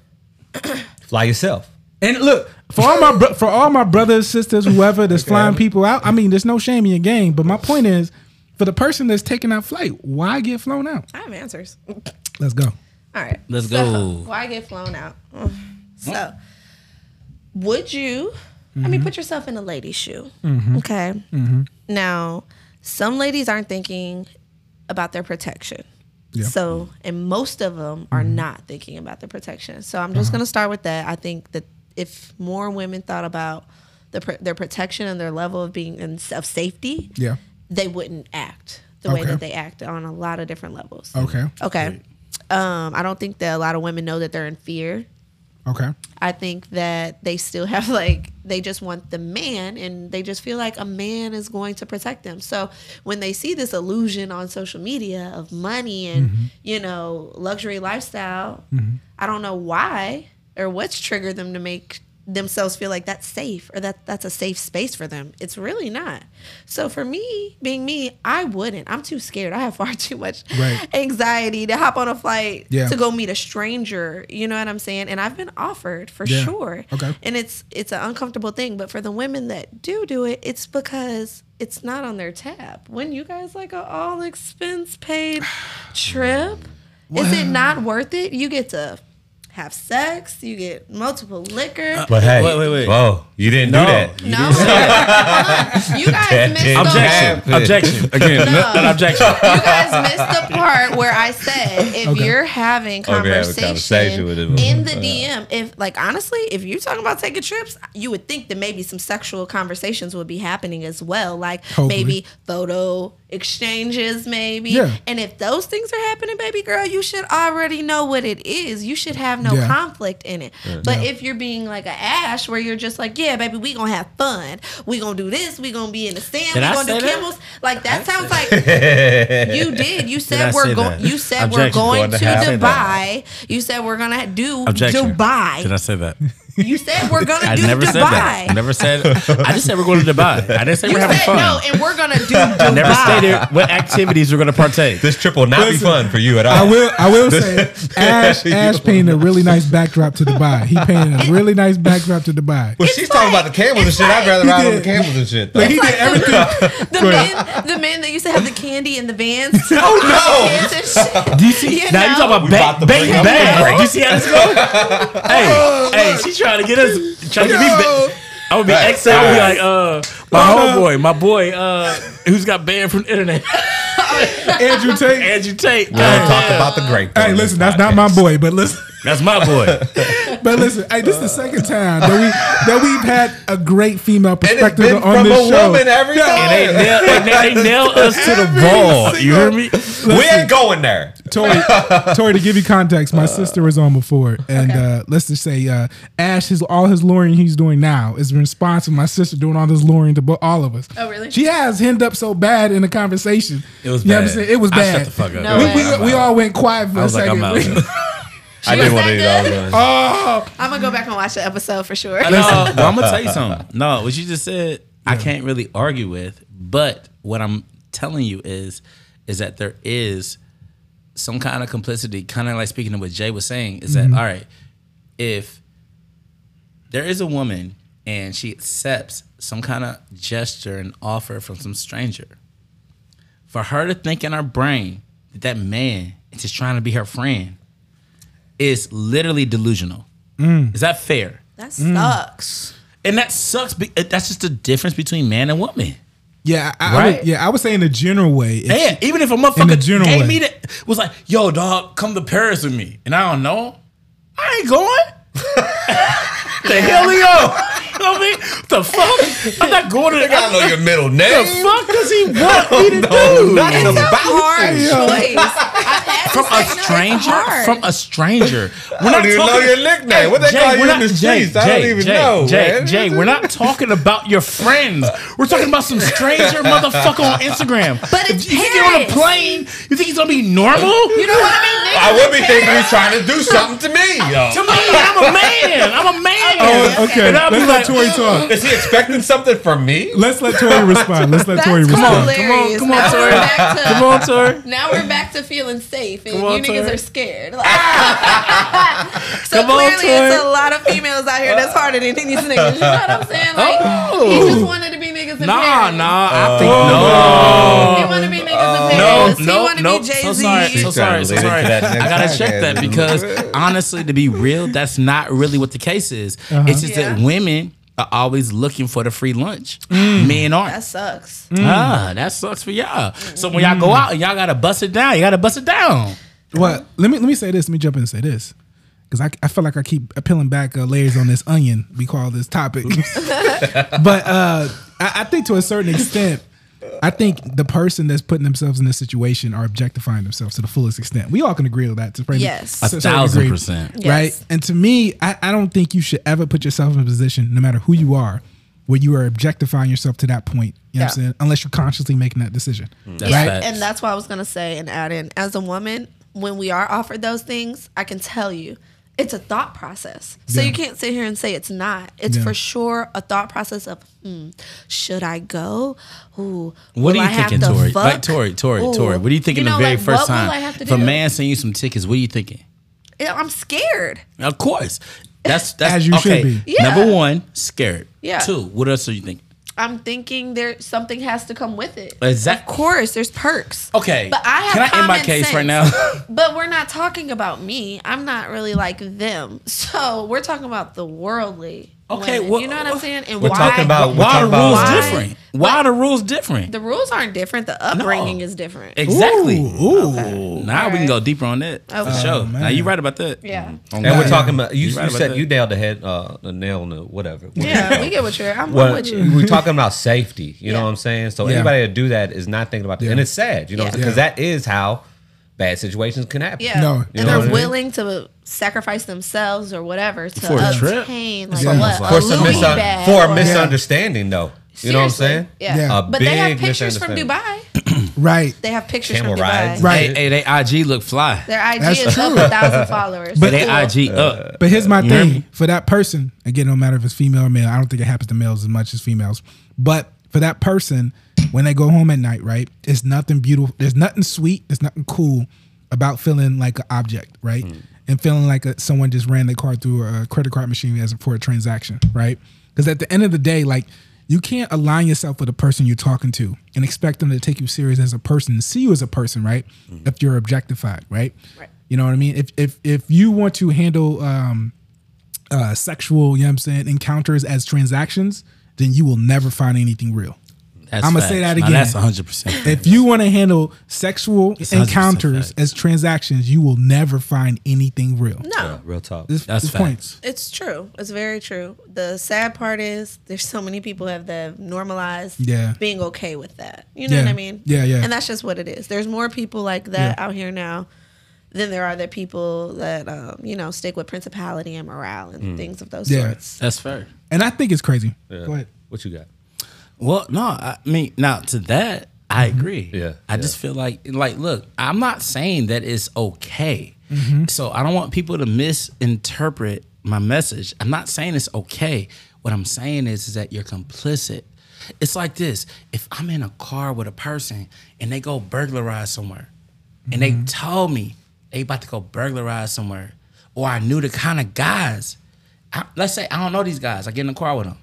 B: Fly yourself.
A: And look, for all my bro- for all my brothers, sisters, whoever that's flying people out, I mean, there's no shame in your game. But my point is, for the person that's taking out flight, why get flown out?
D: I have answers. All
A: Let's go.
D: right.
C: Let's
D: So,
C: go.
D: Why get flown out? Mm. So, would you? I
A: Mm-hmm.
D: mean, put yourself in a lady's shoe. Okay. Now, some ladies aren't thinking about their protection.
A: Yeah.
D: So, and most of them are
A: Mm-hmm.
D: not thinking about the protection. So, I'm just
A: Uh-huh.
D: going to start with that. I think that if more women thought about the, pr- their protection and their level of being in, of safety,
A: Yeah.
D: they wouldn't act the way
A: Okay.
D: that they act on a lot of different levels.
A: Okay.
D: Okay. Um, I don't think that a lot of women know that they're in fear.
A: Okay.
D: I think that they still have like they just want the man and they just feel like a man is going to protect them. So when they see this illusion on social media of money and you know luxury lifestyle, I don't know why or what's triggered them to make themselves feel like that's safe or that that's a safe space for them. It's really not. So for me, being me, I wouldn't. I'm too scared. I have far too much
A: Right.
D: anxiety to hop on a flight
A: Yeah.
D: to go meet a stranger. You know what I'm saying? And I've been offered for
A: Yeah.
D: sure.
A: Okay.
D: And it's it's an uncomfortable thing, but for the women that do do it, it's because it's not on their tab. When you guys like a all expense paid trip, is it not worth it? You get to have sex, you get multiple liquor.
B: Uh, But hey,
C: Wait, wait, wait.
B: whoa, you didn't do that.
D: no, Hold on. you
B: That
D: guys missed
B: didn't
D: the
B: happen.
C: Objection. Objection. Again, no. an objection.
D: you guys missed the part where I said if you're having
B: Okay, have a
D: conversation,
B: conversation with him. Uh,
D: in the
B: Yeah.
D: DM, if like honestly, if you're talking about taking trips, you would think that maybe some sexual conversations would be happening as well, like
A: Hopefully.
D: maybe photo exchanges, maybe.
A: Yeah.
D: And if those things are happening, baby girl, you should already know what it is. You should have no
A: Yeah.
D: conflict in it. But if you're being like an ash, where you're just like, yeah, baby, we gonna have fun. We gonna do this. We gonna be in the sand.
C: Did
D: we
C: I
D: gonna
C: say
D: do
C: that?
D: camels. Like that sounds like you did. You
C: I
D: said we're
C: say
D: going.
C: that?
D: You said we're
C: Objection.
D: going,
B: Going to
D: to
B: have- I said
D: Dubai. You said we're gonna do
C: Objection. Did I
D: Dubai.
C: say that?
D: You said we're gonna
C: I
D: do
C: never
D: Dubai.
C: said that. I never said. I just said we're going to Dubai. I didn't say
D: you
C: we're having
D: said
C: fun.
D: no, and we're gonna do
C: I
D: Dubai.
C: never stated what activities we're going to partake.
B: This trip will not be fun for you at all.
A: I will. I will say, Ash. Ash painted a really nice backdrop to Dubai. He painted a really nice backdrop to Dubai.
B: Well, she's talking about the camels and shit. I'd rather ride on the camels and shit. Though.
A: He did everything.
D: The men, the men that used to have the candy in the vans. oh no!
C: Do you see?
D: You
C: now you
D: know.
B: We
C: talking about
B: about to
C: bang,
B: bring
C: bang,
B: up the
C: bang.
B: break.
C: Do you see how this goes? hey, hey, she's trying to get us. Trying to get me. Ba- I would be
B: Right.
C: excited. I would be
B: Alright.
C: like, uh, my homeboy, my boy, uh, who's got banned from the internet,
A: Andrew Tate.
C: Andrew Tate.
B: We don't
C: God
B: talk
C: damn.
B: about the grape. on
A: Hey,
B: this
A: listen, that's not my
B: podcast.
A: boy, but listen.
C: That's my boy.
A: But listen, hey, this is the second time that we that we've had a great female
B: And it's
A: perspective
B: been
A: on
B: from
A: this
B: a
A: show.
B: woman every
C: They
B: time.
C: nail, they, they nail us to the ball. You hear me?
B: We ain't going there.
A: Tori, Tori, to give you context,
C: Uh,
A: my sister was on before, and uh, let's just say uh, Ash, his all his lawyering he's doing now is in response to my sister doing all this lawyering to bo- all of us.
D: Oh, really?
A: She has hemmed up so bad in the conversation.
C: It was
A: You know what I'm
C: bad.
A: saying? It was
C: I
A: bad.
C: shut the fuck up.
D: No
A: we,
D: way.
A: we, we all went quiet for
C: I
A: a
C: was like,
A: second.
C: I'm out.
B: I didn't want to eat all
D: that
B: of them.
A: oh,
D: I'm gonna go back and watch the episode for sure.
C: no, but I'm gonna tell you something. No, what you just said, I can't really argue with. But what I'm telling you is, is that there is some kind of complicity, kind of like speaking to what Jay was saying. Is that all right? If there is a woman and she accepts some kind of gesture and offer from some stranger, for her to think in her brain that that man is just trying to be her friend is literally delusional. Is that fair?
D: That sucks.
C: Mm. uh, And that sucks. be- That's just the difference between man and woman.
A: Yeah, I, I
C: Right?
A: would, yeah, I would say in a general way. If,
C: Yeah, even if a motherfucker
A: general
C: gave
A: way.
C: me the, was like, yo, dog, come to Paris with me, and I don't know, I ain't going. the hell he on? You know what I mean? The fuck? I'm not going to the.
B: I know your middle name.
C: the fuck does he want me to
B: No,
C: do?
B: nothing
D: It's a
B: about
D: hard
B: you.
D: choice. I had to
C: From
D: say,
C: a
D: no, it's
C: stranger?
D: hard.
C: From a stranger. We're
B: I don't even know your nickname. What they call you in the streets? I don't even
C: Jay,
B: know,
C: Jay,
B: man.
C: Jay, we're not talking about your friends. We're talking about some stranger motherfucker on Instagram.
D: But
C: If
D: it's
C: you think you're on a
D: Paris.
C: plane? You think he's gonna be normal? You
D: You know what I mean?
B: I would be thinking you're trying to do something to me. yo.
C: to me, I'm a man. I'm a man.
A: Oh, okay,
C: And I'll
A: let's
C: be
A: let
C: like,
A: Tori talk.
B: Is he expecting something from me?
A: Let's let Tori respond. Let's let
D: That's
A: Tori respond.
D: hilarious.
C: come on,
D: now
C: Tori.
D: We're back to,
C: Come on, sir.
D: Now we're back to feeling safe, and
C: Come on,
D: you niggas
C: Tori.
D: are scared. Like- so
C: Come on,
D: clearly, it's a
C: Tori.
D: lot of females out here that's harder than these niggas. You know what I'm saying? Like,
C: Oh.
D: he just wanted to be niggas in
C: Nah,
D: Paris.
C: nah.
B: Oh,
C: I think
D: He
C: no.
D: wanted to be niggas in
C: No,
D: Paris. he
C: no,
D: wanted to
C: no.
D: be Jay Z.
C: So sorry, so
B: She's
C: sorry,
B: trying to
C: so
B: lead it
C: sorry.
B: to that
C: I
B: next
C: gotta
B: podcast,
C: check
B: isn't
C: that
B: it?
C: because honestly, to be real, that's not really what the case is.
A: Uh-huh.
C: It's just that
D: Yeah.
C: women are always looking for the free lunch.
A: Mm.
C: Men aren't.
D: That sucks.
C: Ah, that sucks for y'all. So when y'all
A: Mm.
C: go out and y'all gotta bust it down, you gotta bust it down.
A: Well, let me let me say this. Let me jump in and say this because I, I feel like I keep peeling back uh, layers on this onion we call this topic. but uh, I, I think to a certain extent, I think the person that's putting themselves in this situation are objectifying themselves to the fullest extent. We all can agree on that. To pretty-
D: Yes.
A: to
D: A
A: certain
C: thousand
A: degree,
C: percent.
A: Right.
D: Yes.
A: And to me, I, I don't think you should ever put yourself in a position, no matter who you are, where you are objectifying yourself to that point. You know what I'm
D: Yeah.
A: saying? Unless you're consciously making that decision.
C: That's
A: right.
C: facts.
D: And that's what I was gonna say and add in. As a woman, when we are offered those things, I can tell you it's a thought process. So
A: Yeah.
D: you can't sit here and say it's not. It's
A: Yeah.
D: for sure a thought process of, hmm, should I go? Ooh,
C: What
D: will
C: are
D: I
C: you thinking,
D: have to
C: Tori?
D: fuck?
C: Like Tori, Tori,
D: Ooh.
C: Tori. What are you thinking
D: know,
C: the very
D: like,
C: first
D: what
C: time?
D: Will I have to
C: if a
D: do?
C: man send you some tickets, what are you thinking?
D: I'm scared.
C: Of course. That's that's
A: As you should
C: okay.
A: be.
D: Yeah.
C: Number one, scared.
D: Yeah.
C: Two, what else are you thinking?
D: I'm thinking there something has to come with it.
C: Exact-
D: Of course, there's perks.
C: Okay.
D: But I have
C: Can I end my
D: common
C: case
D: sense.
C: right now?
D: but we're not talking about me. I'm not really like them. So we're talking about the worldly.
C: Okay,
D: women.
C: wha-
D: you know what I'm saying? And
B: We're
D: why
B: talking about we're
C: Why are
B: Uh, talking
C: the
B: about
C: rules
D: Why?
C: different? Why are the rules different?
D: the rules aren't different. The upbringing is different.
C: exactly.
A: Ooh.
C: Now we can
D: Alright.
C: go deeper on that for
D: Okay.
C: sure.
A: Oh, man.
C: Now you're right about that.
D: Yeah.
C: On
B: And
C: that.
B: we're talking about you.
C: You're right
B: you
C: about
B: said
C: that.
B: you nailed the head, uh, the nail on the whatever.
D: Yeah, we get what you're. I'm
B: Well,
D: with you.
B: we're talking about safety. You know
D: Yeah.
B: what I'm saying? So
A: Yeah.
B: anybody that do that is not thinking about that,
A: Yeah.
B: and it's sad. You know,
D: Yeah.
B: because that is how bad situations can happen.
D: Yeah,
A: No, you
D: and
A: know what I
D: they're
A: mean?
D: willing to sacrifice themselves or whatever to
C: For a trip?
D: obtain like
A: Yeah.
D: what
B: For,
D: a
B: some
D: Louis
B: misun-
D: bag
B: for
D: or-
B: a misunderstanding, though. You know what I'm
D: Seriously,
B: saying?
D: Yeah,
A: Yeah. A
D: but they have
B: big
D: pictures from
B: misunderstanding.
D: Dubai.
A: Right.
D: They have pictures
B: Camel
D: from
B: rides.
D: Dubai.
A: Right.
C: Hey, hey, they IG look fly.
D: Their IG
A: That's
D: is up
A: true.
D: a thousand followers.
A: But
C: they
D: Cool.
C: IG
B: Uh,
C: up.
A: But here's my
C: hear
A: thing
C: me?
A: for that person. Again, no matter if it's female or male, I don't think it happens to males as much as females. But for that person, when they go home at night, right, it's nothing beautiful. There's nothing sweet. There's nothing cool about feeling like an object, right, and feeling like a, someone just ran their card through a credit card machine as for a transaction, right? Because at the end of the day, like you can't align yourself with the person you're talking to and expect them to take you serious as a person and see you as a person, right? If you're objectified, right?
D: Right.
A: You know what I mean? If if if you want to handle um, uh, sexual, you know what I'm saying, encounters as transactions, then you will never find anything real.
C: That's
A: I'ma
C: facts.
A: say that
C: Now
A: again.
C: that's 100. percent
A: If you want to handle sexual
C: 100%
A: encounters
C: facts.
A: as transactions, you will never find anything real.
D: No,
B: Real talk.
A: This,
C: That's
A: this
C: facts.
D: It's true. It's very true. The sad part is there's so many people have that have normalized
A: Yeah.
D: being okay with that. You know
A: Yeah.
D: what I mean?
A: Yeah, yeah.
D: And that's just what it is. There's more people like that out here now than there are the people that um, you know stick with principality and morale
C: Mm.
D: and things of those
A: Yeah.
D: sorts.
C: That's fair.
A: And I think it's crazy. Go ahead.
B: What you got?
C: Well, no, I mean, now to that, I agree.
B: Mm-hmm. Yeah,
C: I just feel like, like, look, I'm not saying that it's okay.
B: Mm-hmm.
C: So I don't want people to misinterpret my message. I'm not saying it's okay. What I'm saying is, is that you're complicit. It's like this if I'm in a car with a person and they go burglarize somewhere, and
B: Mm-hmm.
C: they told me they about to go burglarize somewhere, or I knew the kind of guys, I, let's say I don't
B: Mm.
C: know these guys, I get in the car with them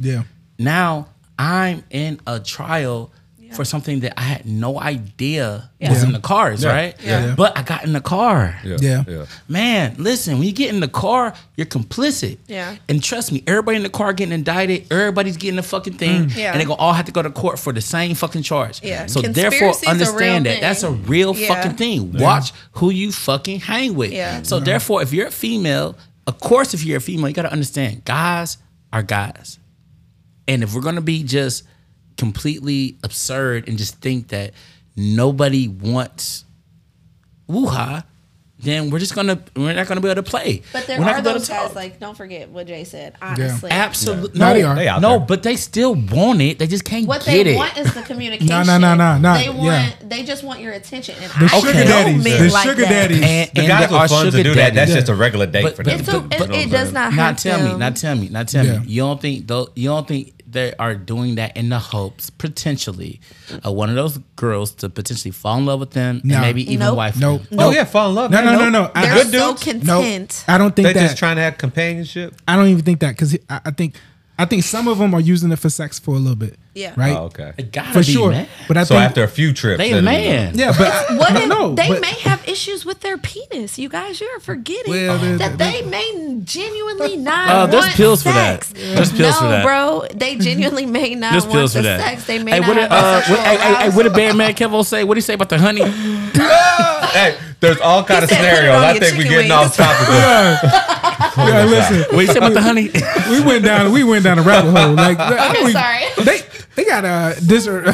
A: Yeah.
C: now I'm in a trial for something that I had no idea was in the cars,
B: Yeah.
C: right?
D: Yeah.
A: Yeah.
C: But I got in the car.
A: Yeah.
B: yeah.
C: Man, listen, when you get in the car, you're complicit.
D: Yeah.
C: And trust me, everybody in the car getting indicted, everybody's getting a fucking thing.
D: Yeah.
C: And they're gonna all have to go to court for the same fucking charge.
D: Yeah.
C: So
D: Conspiracy's
C: therefore
D: a real
C: understand that.
D: thing.
C: That's a real
D: Yeah.
C: fucking thing. Watch who you fucking hang with.
D: Yeah.
C: So therefore, if you're a female, of course if you're a female, you gotta understand guys are guys. And if we're gonna be just completely absurd and just think that nobody wants woo-ha, then we're just gonna we're not gonna be able to play.
D: But there
C: we're not
D: are
C: gonna be able
D: those
C: to
D: guys
C: talk.
D: like don't forget what Jay said. Honestly,
C: absolutely
A: No,
C: no,
A: they are.
B: They out
C: no,
B: there.
C: but they still want it. They just can't
D: what
C: get
D: they
C: it.
D: want is the communication.
A: no, no, no, no.
D: They want.
A: Yeah.
D: They just want your attention. And
A: The
D: I
A: sugar
D: don't
A: daddies.
D: men
A: The
D: like
A: sugar
D: that.
A: daddies.
C: and,
B: The
C: and
B: guys
C: there are
B: with funds to
C: sugar
B: do that. That's
C: daddies.
B: just a regular date
C: But-
B: for
C: but-
B: them.
D: It's a,
C: But-
D: it, it does
C: Not
D: not. have
C: tell me,
D: to-
C: not tell me, not tell
A: Yeah.
C: me. You don't think though? You don't think they are doing that in the hopes potentially of one of those girls to potentially fall in love with them
A: No.
C: and maybe even
D: Nope.
C: wife.
A: Nope.
C: them.
B: Oh yeah, fall in love.
A: No,
B: man.
A: no, no,
B: Nope.
A: no. I-
D: They're
B: Good
D: so
B: dudes?
D: content.
A: I don't think
B: They
A: that.
B: just trying to have companionship.
A: I don't even think that because I, I think I think some of them are using it for sex for a little bit.
D: Yeah.
A: Right.
B: Oh, okay.
C: It gotta
A: For
C: be,
A: sure.
C: man.
A: But I
B: So
A: think
B: after a few trips,
C: They
B: then-
C: man.
A: yeah, but
D: What
A: no,
D: if
A: no,
D: they
A: but-
D: may have issues with their penis? You guys, you're forgetting
A: Well, they-
D: that they may genuinely not.
C: Uh, there's
D: want
C: pills for that.
D: sex.
C: There's pills
D: no,
C: for that.
D: bro, they genuinely may not
C: There's
D: want
C: pills
D: the
C: for that.
D: sex. They may
C: Hey,
D: not.
C: what did,
D: have
C: uh,
D: sexual
C: what, hey, hey, hey,
D: arousal.
C: what did Bad Man Kevo say? What did he say about the honey?
B: hey, there's all kind of
D: said, "Put it
B: scenarios.
D: on
B: I
D: your
B: think we're
D: chicken
B: getting off
D: wings."
B: topic. Yeah.
A: yeah, listen,
C: What did he say about the honey?
A: we went down we went down a rabbit hole. Like I don't
D: Okay,
A: even-
D: sorry.
A: they they got uh this or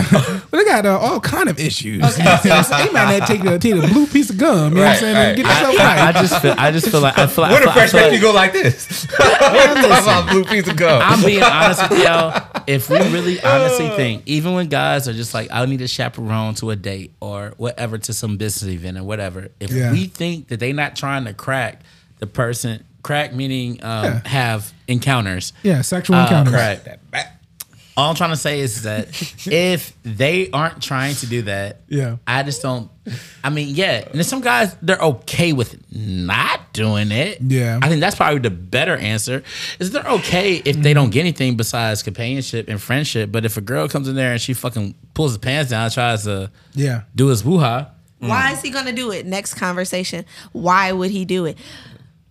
A: they got uh, all kind of issues. You know what I'm saying? they might not take the take the blue piece of gum. You know what I'm
B: Right,
A: saying?
B: right.
A: Get
C: I,
A: yourself
C: I- I
A: right.
C: just feel, I just feel like I feel like, I
B: What
C: feel,
B: a fresh
C: I feel
B: make
C: like
B: you go like this? About blue piece of gum.
C: I'm being honest with y'all. If we really honestly think, even when guys are just like, I need a chaperone to a date or whatever to some business event or whatever, if
A: Yeah.
C: we think that they not trying to crack the person, crack meaning um, have encounters.
A: Yeah, sexual
C: Uh,
A: encounters.
C: Right. All I'm trying to say is that if they aren't trying to do that,
A: Yeah.
C: I just don't. I mean, yeah, and there's some guys they're okay with not doing it.
A: Yeah.
C: I think that's probably the better answer. Is they're okay if they don't get anything besides companionship and friendship. But if a girl comes in there and she fucking pulls the pants down, tries to
A: Yeah.
C: do his woo-ha,
D: Why is he gonna do it? Next conversation. Why would he do it?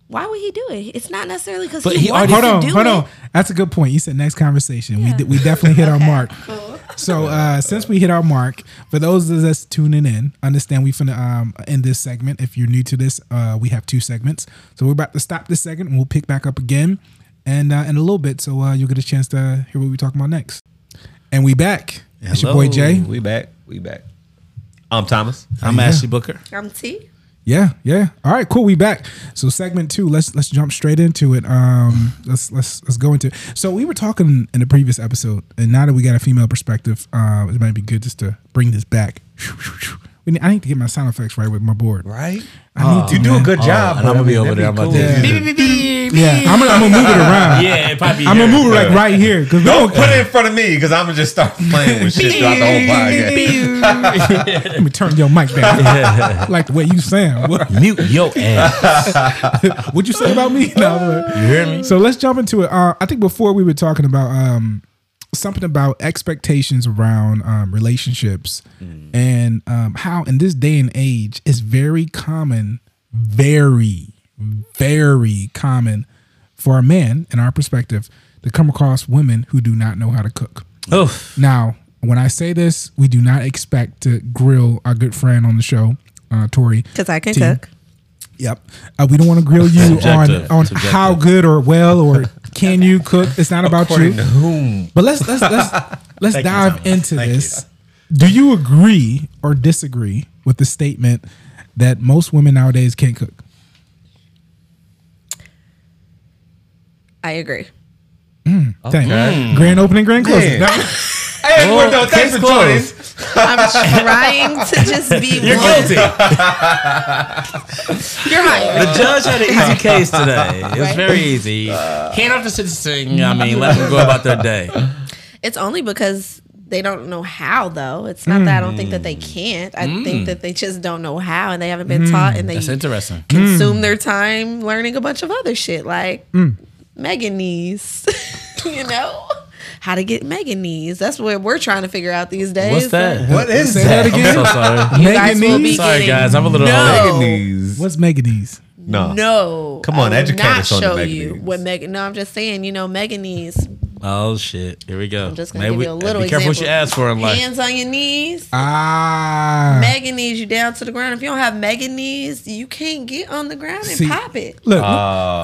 D: Why would he do it? It's not necessarily because
C: But
D: he,
C: he
D: wants
C: already-
A: Hold
D: to
A: on,
D: do
A: hold
D: it.
A: on. That's a good point. You said next conversation. We did, we definitely hit our mark. So uh, since we hit our mark, for those of us tuning in, understand we finna um, end this segment. If you're new to this, uh, we have two segments. So we're about to stop this segment, and we'll pick back up again, and uh, in a little bit. So uh, you'll get a chance to hear what we talking about next. And we back. It's your boy
C: Hello.
A: Jay.
B: We back. We back. I'm Thomas.
C: I'm Ashley Booker.
D: I'm T.
A: Yeah, yeah. All right, cool. We back. So segment two. Let's let's jump straight into it. Um, let's let's let's go into. It. So we were talking in the previous episode, and now that we got a female perspective, uh, it might be good just to bring this back. We need, I need to get my sound effects right with my board.
B: Right? Oh,
A: I need to
B: You do a
A: man.
B: good job.
C: and
B: but
C: I'm
B: I
C: gonna be
B: mean,
C: over
B: that'd
C: there. I'm about
B: cool.
A: Yeah.
C: to.
A: Yeah, I'm gonna, I'm gonna move it around.
C: Yeah, it probably.
A: I'm gonna move it like
B: Yeah.
A: right here because
B: Don't Oh, put it in front of me because I'm gonna just start playing with shit throughout the whole podcast.
A: let me turn your mic back. like the way you sound. What,
C: Mute your ass.
A: would you say about me? No, but-
C: You hear me?
A: So let's jump into it. Uh, I think before we were talking about um, something about expectations around um, relationships
C: Mm.
A: and um, how in this day and age it's very common, very, very common for a man in our perspective to come across women who do not know how to cook.
C: Oof.
A: Now, when I say this, we do not expect to grill our good friend on the show, uh, Tori.
D: Because I can
A: T.
D: cook.
A: Yep. Uh, we don't want to grill you on
C: Subjective.
A: on
C: Subjective.
A: how good or well or can you cook. It's not about you.
B: According to whom?
A: But let's let's let's let's
C: you,
A: dive
C: Thomas.
A: into
C: Thank
A: this. Do you agree or disagree with the statement that most women nowadays can't cook?
D: I agree.
A: Thank Grand opening, grand closing.
B: Man. Hey,
C: Oh,
B: we're done. Thanks
C: case
B: for joining.
C: closed.
D: I'm trying to just be. You're guilty. You're hired.
C: The judge had an easy case today. It was
D: Right.
C: very easy. Uh, Hand off the sentencing. I mean, let them go about their day.
D: It's only because they don't know how, though. It's not that I don't think that they
C: Hmm.
D: can't. I think that they just don't know how, and they haven't been taught, and they
C: That's Hmm. interesting.
D: consume their time
C: Hmm.
D: learning a bunch of other shit, like Meganese. you know, how to get Megan knees. That's what we're trying to figure out these days.
C: What's that?
B: What is
A: Say
B: that?
A: that again.
C: I'm so sorry.
D: You guys will be
A: Meganese?
C: Sorry,
D: getting-
C: guys. I'm a little
D: no.
B: Meganese.
A: What's Meganese?
B: No.
D: No.
B: Come
D: I
B: on,
D: will
B: educate
D: not
B: us on the
D: show
B: Megan
D: you
B: knees.
D: what Megan. No, I'm just saying, you know, Megan knees.
C: Oh shit! Here we go. I'm
D: just gonna give you a little
C: Be careful what you
D: example.
C: ask for in life.
D: Hands on your knees.
C: Uh-huh.
A: Ah.
D: Megan knees you down to the ground. If you don't have Megan knees, you can't get on the ground and
A: See-
D: pop it.
A: Look,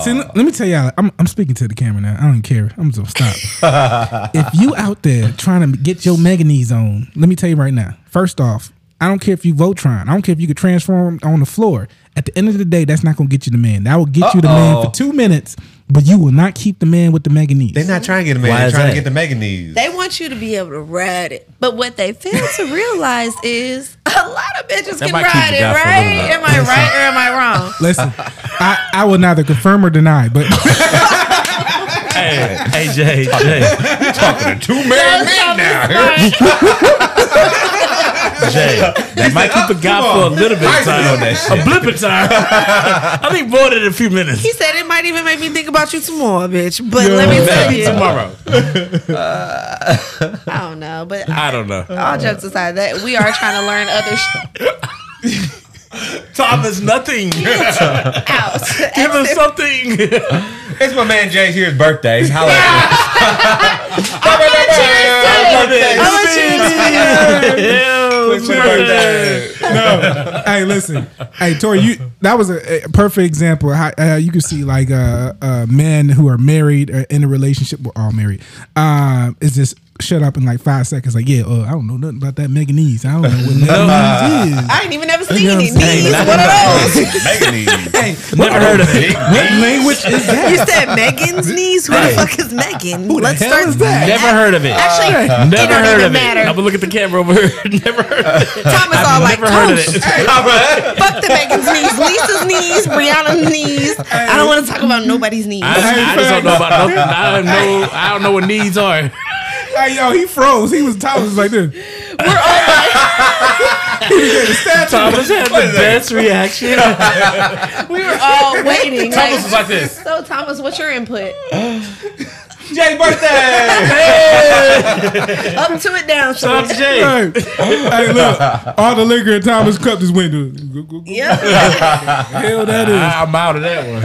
A: see, let, let me tell y'all. I'm, I'm speaking to the camera now. I don't care. I'm just gonna stop. if you out there trying to get your manganese on, let me tell you right now. First off, I don't care if you Voltron. I don't care if you could transform on the floor. At the end of the day, that's not gonna get you the man. That will get you the man
B: Uh-oh.
A: for two minutes, but you will not keep the man with the manganese.
B: They're not trying to get a man.
C: Why
B: They're
C: is
B: trying to
C: that?
B: get the Meganese.
D: They want you to be able to ride it. But what they fail to realize is a lot of bitches
C: That
D: can
C: might keep
D: ride
C: you
D: it,
C: down for a
D: right?
C: little
D: Am I right or am I wrong?
A: Listen, I, I will neither confirm or deny, but
C: Hey, hey, Jay, Jay,
B: talking to two
D: That's
B: married men now.
D: how it's fine.
C: Jay. That might keep a guy
B: come
C: for a
B: on.
C: little bit of
B: Hype it
C: time.
B: on that
C: A
B: shit.
C: blip of time. I think more than a few minutes.
D: He said it might even make me think about you some more, bitch. But let me tell
C: Maybe
D: you,
C: tomorrow.
D: I don't know. But
C: I don't know.
D: all jokes aside, that we are trying to learn other shit
C: Time is nothing. Give
D: out.
C: him something.
B: It's my man Jay here's birthday. How
A: hey, listen, hey Tori, you that was a, a perfect example. of How uh, you can see like uh, uh, men who are married or in a relationship, we're all married. Uh, is just shut up in like five seconds? Like, yeah, uh, I don't know nothing about that Meganese. I don't know what Meganese is.
D: I ain't even ever seen
A: know
D: any
A: what I'm saying?
D: knees. What are those?
B: Meganese.
C: Never heard of it.
A: What language is that?
D: You said Megan's knees. Who the
C: Right.
D: fuck is Megan?
A: the
D: Let's
A: hell
D: start
A: is that?
C: Never heard of it.
D: Actually, it
C: Never
D: don't
C: heard
D: even
C: of it.
D: matter.
C: I'm gonna look at the camera over here. Never heard of it.
D: Thomas all like,
C: Never heard of
D: coach,
C: it.
D: fuck the Megan's knees, Lisa's knees, Brianna's knees. I don't want to talk about nobody's knees.
C: I, I just don't know about nothing. I don't know. I don't know what needs are.
A: Hey, yo, he froze. He was Thomas was like this.
D: We're all like,
C: Thomas had the best reaction.
D: we were all waiting.
C: Thomas was
D: like,
C: like this.
D: so Thomas, what's your input?
B: Jay birthday.
D: Up to it, down to
C: Tom
D: it.
C: J.
A: Hey, hey, look, all the liquor in Thomas' cup just went to
D: Yeah.
A: hell. That is.
C: I, am out of that one.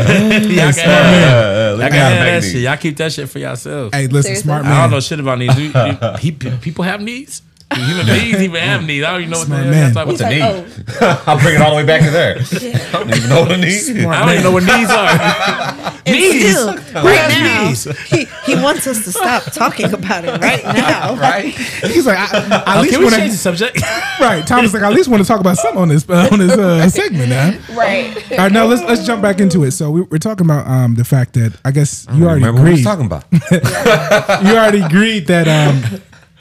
C: Y'all, can have,
B: Uh,
C: y'all
B: look
C: can have
B: at
C: that
B: Meganese.
C: shit. Y'all keep that shit for yourselves.
A: Hey, listen,
D: Seriously?
A: smart man.
C: I don't know shit about needs. You- you- he- people have needs. Human beings even have needs. I don't even know what the
A: Smart
C: hell y'all
A: man.
C: talking
B: What's
D: He's
B: a
C: about.
D: like,
B: knee?
D: oh,
B: I'll bring it all the way back to there. I don't even know what a knee.
A: Smart.
C: I don't even know what needs are. Needs.
D: still,
C: Who
D: right
C: has
D: now,
C: needs?
D: he, he wants us to stop talking about it right now.
B: Right?
A: He's like, I, I at
C: Oh,
A: least
C: can we
A: when
C: change
A: I,
C: the subject?
A: right. Thomas like, I at least want to talk about something on this uh, on this uh, segment now.
D: Right.
A: All right, now let's let's jump back into it. So we, we're talking about um, the fact that I guess you already
B: Remember what I was
A: agreed.
B: talking about?
A: You already agreed that um,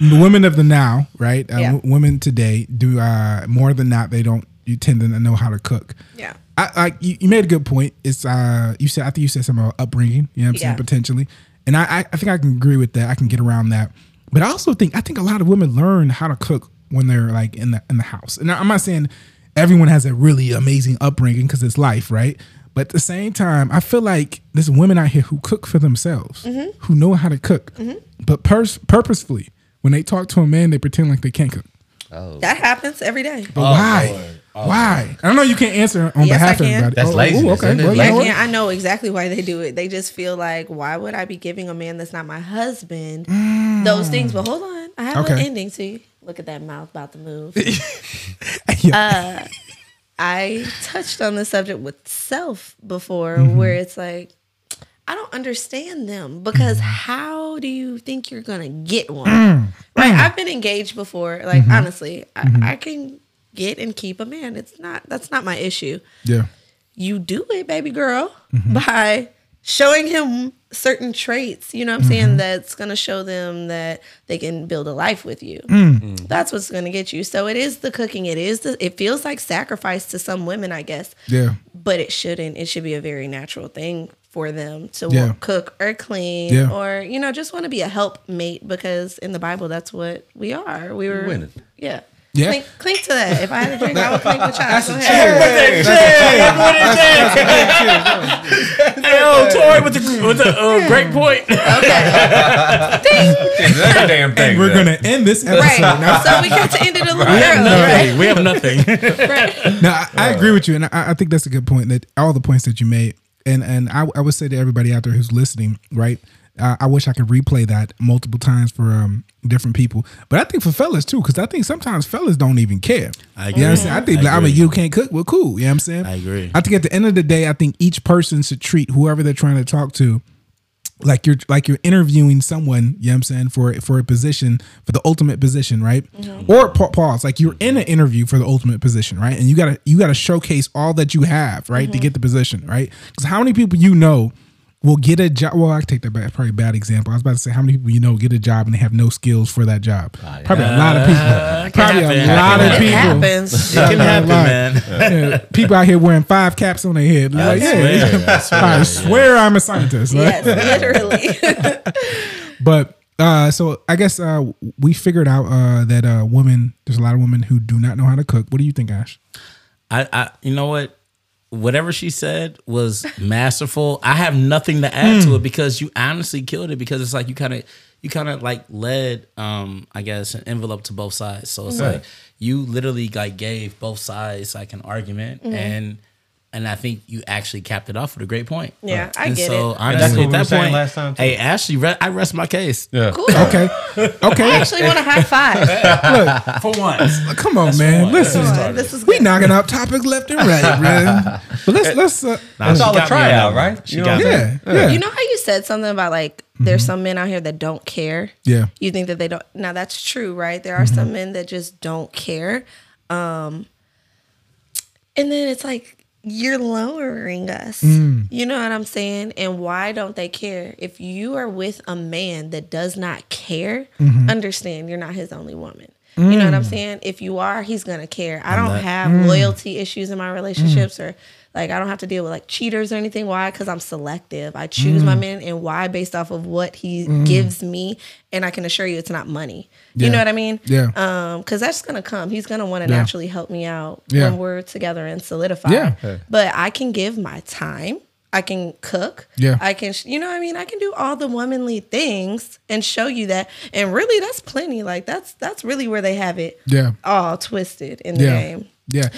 A: the women of the now, right? Uh,
D: Yeah.
A: w- women today do uh, more than not. They don't. You tend to know how to cook.
D: Yeah.
A: I, I you, you made a good point. It's uh, you said I think you said something about upbringing. You know what I'm saying
D: Yeah.
A: potentially, and I, I I think I can agree with that. I can get around that, but I also think I think a lot of women learn how to cook when they're like in the in the house. And I'm not saying everyone has a really amazing upbringing because it's life, right? But at the same time, I feel like there's women out here who cook for themselves,
D: Mm-hmm.
A: who know how to cook, but pers- purposefully when they talk to a man, they pretend like they can't cook.
D: That happens every day.
B: Oh,
A: But why? Why? I know you can't answer on
D: Yes, I
A: behalf of
D: can.
A: everybody. Oh,
B: That's laziness, isn't it?
A: well, you
B: Lazy-
A: know
D: I,
A: what?
D: can't, I know exactly why they do it. They just feel like, why would I be giving a man that's not my husband those things? But hold on, I have an
A: Okay.
D: ending to you. Look at that mouth about to move.
A: Yeah.
D: Uh, I touched on this subject with self before, where it's like, I don't understand them because how do you think you're gonna get one? Right? I've been engaged before. Like honestly, I, I can get and keep a man. It's not that's not my issue.
A: yeah.
D: you do it, baby girl,
A: Mm-hmm.
D: by showing him certain traits, you know what I'm
A: Mm-hmm.
D: saying, that's going to show them that they can build a life with you.
A: Mm.
D: That's what's going to get you. So it is the cooking, it is the it feels like sacrifice to some women, I guess.
A: Yeah.
D: But it shouldn't. It should be a very natural thing for them to
A: Yeah.
D: want- cook or clean
A: Yeah.
D: or you know just want to be a helpmate because in the Bible that's what we are. We were
B: Women.
D: Yeah.
A: Yeah.
D: Clink, clink to that. If I had a drink, I would clink with y'all.
A: That's
D: Go
A: a
D: ahead.
A: cheer. That's a cheer.
C: Hey, oh, Tori with the with the uh, great point.
B: That damn thing.
A: We're gonna end this episode.
D: Right.
A: Now,
D: so we got to end it a little early, right?
C: we have nothing.
D: right?
A: No, I, I
C: Uh,
A: agree with you, and I, I think that's a good point. That all the points that you made, and and I, I would say to everybody out there who's listening, right? Uh, I wish I could replay that multiple times for um, different people, but I think for fellas too, because I think sometimes fellas don't even care.
C: I
A: You know what I'm
C: agree.
A: saying? I think
C: I
A: like, I mean,
C: agree.
A: you can't cook. Well, cool. You know what I'm saying?
C: I agree.
A: I think at the end of the day, I think each person should treat whoever they're trying to talk to like you're like you're interviewing someone, you know what I'm saying, for for a position, for the ultimate position, right?
C: Mm-hmm.
A: Or pa- pause, like you're in an interview for the ultimate position, right? And you gotta you gotta showcase all that you have, right,
C: Mm-hmm.
A: to get the position, right? Because how many people you know will get a job? Well, I take that back, probably a bad example. I was about to say how many people you know get a job and they have no skills for that job.
C: Ah,
A: Probably a lot of people. Probably a
C: happen.
A: lot of
D: It
A: people.
D: happens.
C: It can happen,
A: Lie.
C: man.
A: Yeah, people out here wearing five caps on their head. Like, yeah,
C: swear, I swear,
A: I swear I'm a scientist. right?
D: Yes, literally.
A: But uh, so I guess uh, we figured out uh, that uh, women, there's a lot of women who do not know how to cook. What do you think, Ash?
C: I, I you know what? Whatever she said was masterful. I have nothing to add
D: Hmm.
C: to it because you honestly killed it because it's like you kind of you kind of like led um I guess an envelope to both sides. So it's like you literally like gave both sides like an argument
D: Mm-hmm.
C: and and I think you actually capped it off with a great point.
D: Yeah, I
C: and
D: get
C: so
D: it.
B: that's
C: honestly
B: what
C: at
B: we were
C: that
B: saying
C: point
B: last time, too.
C: Hey Ashley, re- I rest my case.
B: Yeah.
D: cool.
A: Okay,
D: I
A: okay.
D: actually want a high five.
C: For once.
A: Come on, man.
C: fine.
A: Listen,
C: That's
D: fine. This is
A: we
D: good.
A: knocking out topics left and right, man. But let's let's uh,
B: That's all a
C: She got me on
B: tryout,
C: that one.
B: right?
C: She
B: You know
C: got
B: what I'm
C: me.
A: yeah, yeah,
D: You know how you said something about like there's some men out here that don't care.
A: Mm-hmm. Yeah. Mm-hmm.
D: You think that they don't. Now that's true, right? There are some men that just don't care. Um, and then it's like you're lowering us.
A: Mm.
D: You know what I'm saying? And why don't they care? If you are with a man that does not care,
A: Mm-hmm.
D: understand you're not his only woman. You know what I'm
A: Mm.
D: saying? If you are, he's gonna care. I don't have loyalty issues in my
A: Mm.
D: relationships or like I don't have to deal with like cheaters or anything. Why? Because I'm selective. I choose
A: Mm.
D: my men and why based off of what he gives me. And I can assure you it's not money. You know
A: Yeah.
D: what I mean?
A: Yeah.
D: Um, because that's gonna come. He's gonna want to naturally help me out
A: Yeah.
D: when we're together and solidify.
A: Yeah. Yeah.
D: But I can give my time. I can cook.
A: Yeah.
D: I can, sh- you know, what I mean, I can do all the womanly things and show you that. And really, that's plenty. Like that's that's really where they have it
A: yeah,
D: all twisted in the
A: yeah,
D: game.
A: yeah.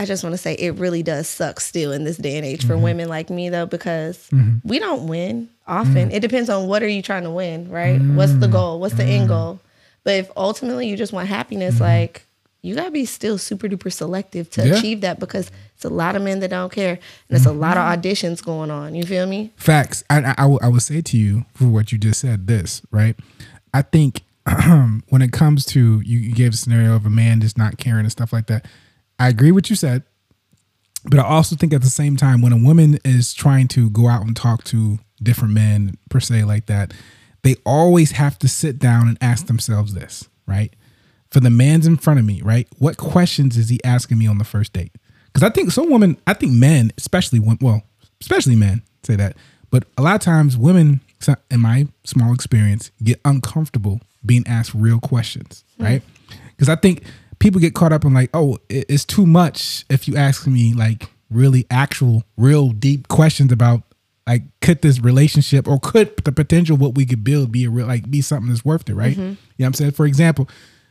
D: I just want to say it really does suck still in this day and age for women like me though because we don't win often. It depends on what are you trying to win, right? What's the goal? What's the end goal? But if ultimately you just want happiness, like you gotta be still super duper selective to
A: Yeah.
D: achieve that because it's a lot of men that don't care and it's a lot of auditions going on. You feel me?
A: Facts. I, I, I will- I will say to you for what you just said. This right. I think when it comes to you, you gave a scenario of a man just not caring and stuff like that. I agree what you said, but I also think at the same time when a woman is trying to go out and talk to different men per se like that, they always have to sit down and ask themselves this right. For the man's in front of me, right? What questions is he asking me on the first date? Because I think some women, I think men, especially when, well, especially men say that but a lot of times women so- in my small experience get uncomfortable being asked real questions right because i think people get caught up in like oh i- it's too much if you ask me like really actual real deep questions about like could this relationship or could the potential what we could build be a real like be something that's worth it right you know what i'm saying for example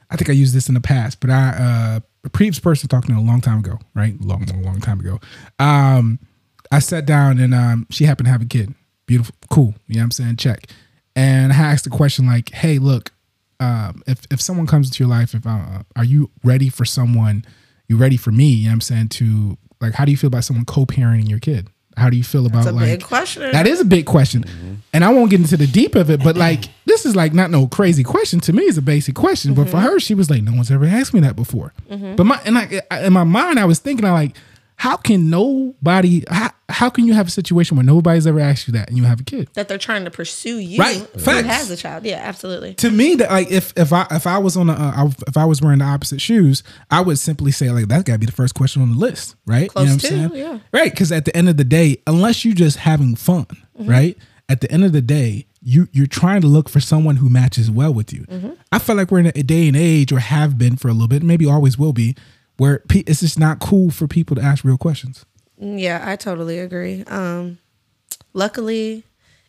A: i think i used this in the past but i uh a previous person talking to a long time ago right long long long time ago um I sat down and um, she happened to have a kid. Beautiful, cool. You know what I'm saying? Check. And I asked the question like, "Hey, look, um, if if someone comes into your life, if uh, are you ready for someone? You ready for me? You know what I'm saying? To like, how do you feel about someone co-parenting your kid? How do you feel about
D: It's a
A: like
D: big question.
A: that is a big question. And I won't get into the deep of it, but like this is like not no crazy question. To me, it's a basic question. But
D: Mm-hmm.
A: for her, she was like, no one's ever asked me that before. But my and like I- in my mind, I was thinking, I like, how can nobody? How, how can you have a situation where nobody's ever asked you that and you have a kid?
D: that they're trying to pursue you
A: Right.
D: who
A: Facts.
D: has a child. Yeah, absolutely.
A: to me that like if if I if I was on a uh, I- if I was wearing the opposite shoes, I would simply say like that's got to be the first question on the list, right?
D: Close
A: you
D: to,
A: know what I'm saying?
D: yeah. Mm-hmm.
A: Right, because at the end of the day, unless you're just having fun, right? At the end of the day, you you're trying to look for someone who matches well with you.
D: Mm-hmm.
A: I feel like we're in a day and age, or have been for a little bit, maybe always will be, where pe- it's just not cool for people to ask real questions.
D: Yeah, I totally agree. Um, luckily,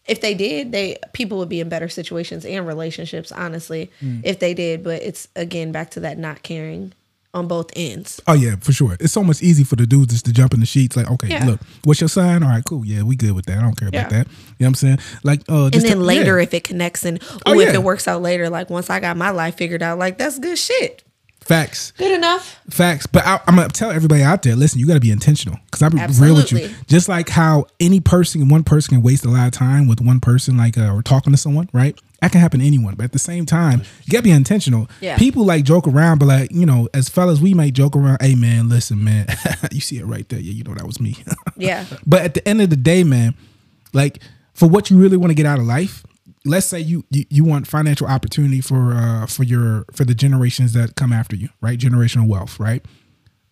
D: if they did, they people would be in better situations and relationships. Honestly,
A: Mm.
D: if they did, but it's again back to that not caring on both ends.
A: Oh yeah, for sure. It's so much easy for the dudes just to jump in the sheets. Like, okay,
D: Yeah.
A: look, what's your sign? All right, cool. Yeah, we good with that. I don't care about
D: Yeah.
A: that. You know what I'm saying? Like, uh,
D: And
A: just
D: then
A: to-
D: later,
A: yeah.
D: if it connects and
A: Oh,
D: ooh,
A: yeah.
D: if it works out later, like once I got my life figured out, like that's good shit.
A: facts,
D: Good enough.
A: facts. But I, I'm gonna tell everybody out there, listen, you got to be intentional because I'm real with you.
D: Absolutely.
A: Just like how any person, one person can waste a lot of time with one person, like uh, or talking to someone, right? That can happen to anyone, but at the same time, you gotta be intentional.
D: Yeah.
A: People like joke around, but like you know, as fellas, we might joke around. Hey man, listen, man, you see it right there. Yeah, you know that was me.
D: Yeah.
A: But at the end of the day, man, like for what you really want to get out of life, let's say you you, you want financial opportunity for uh for your for the generations that come after you, right? Generational wealth, right?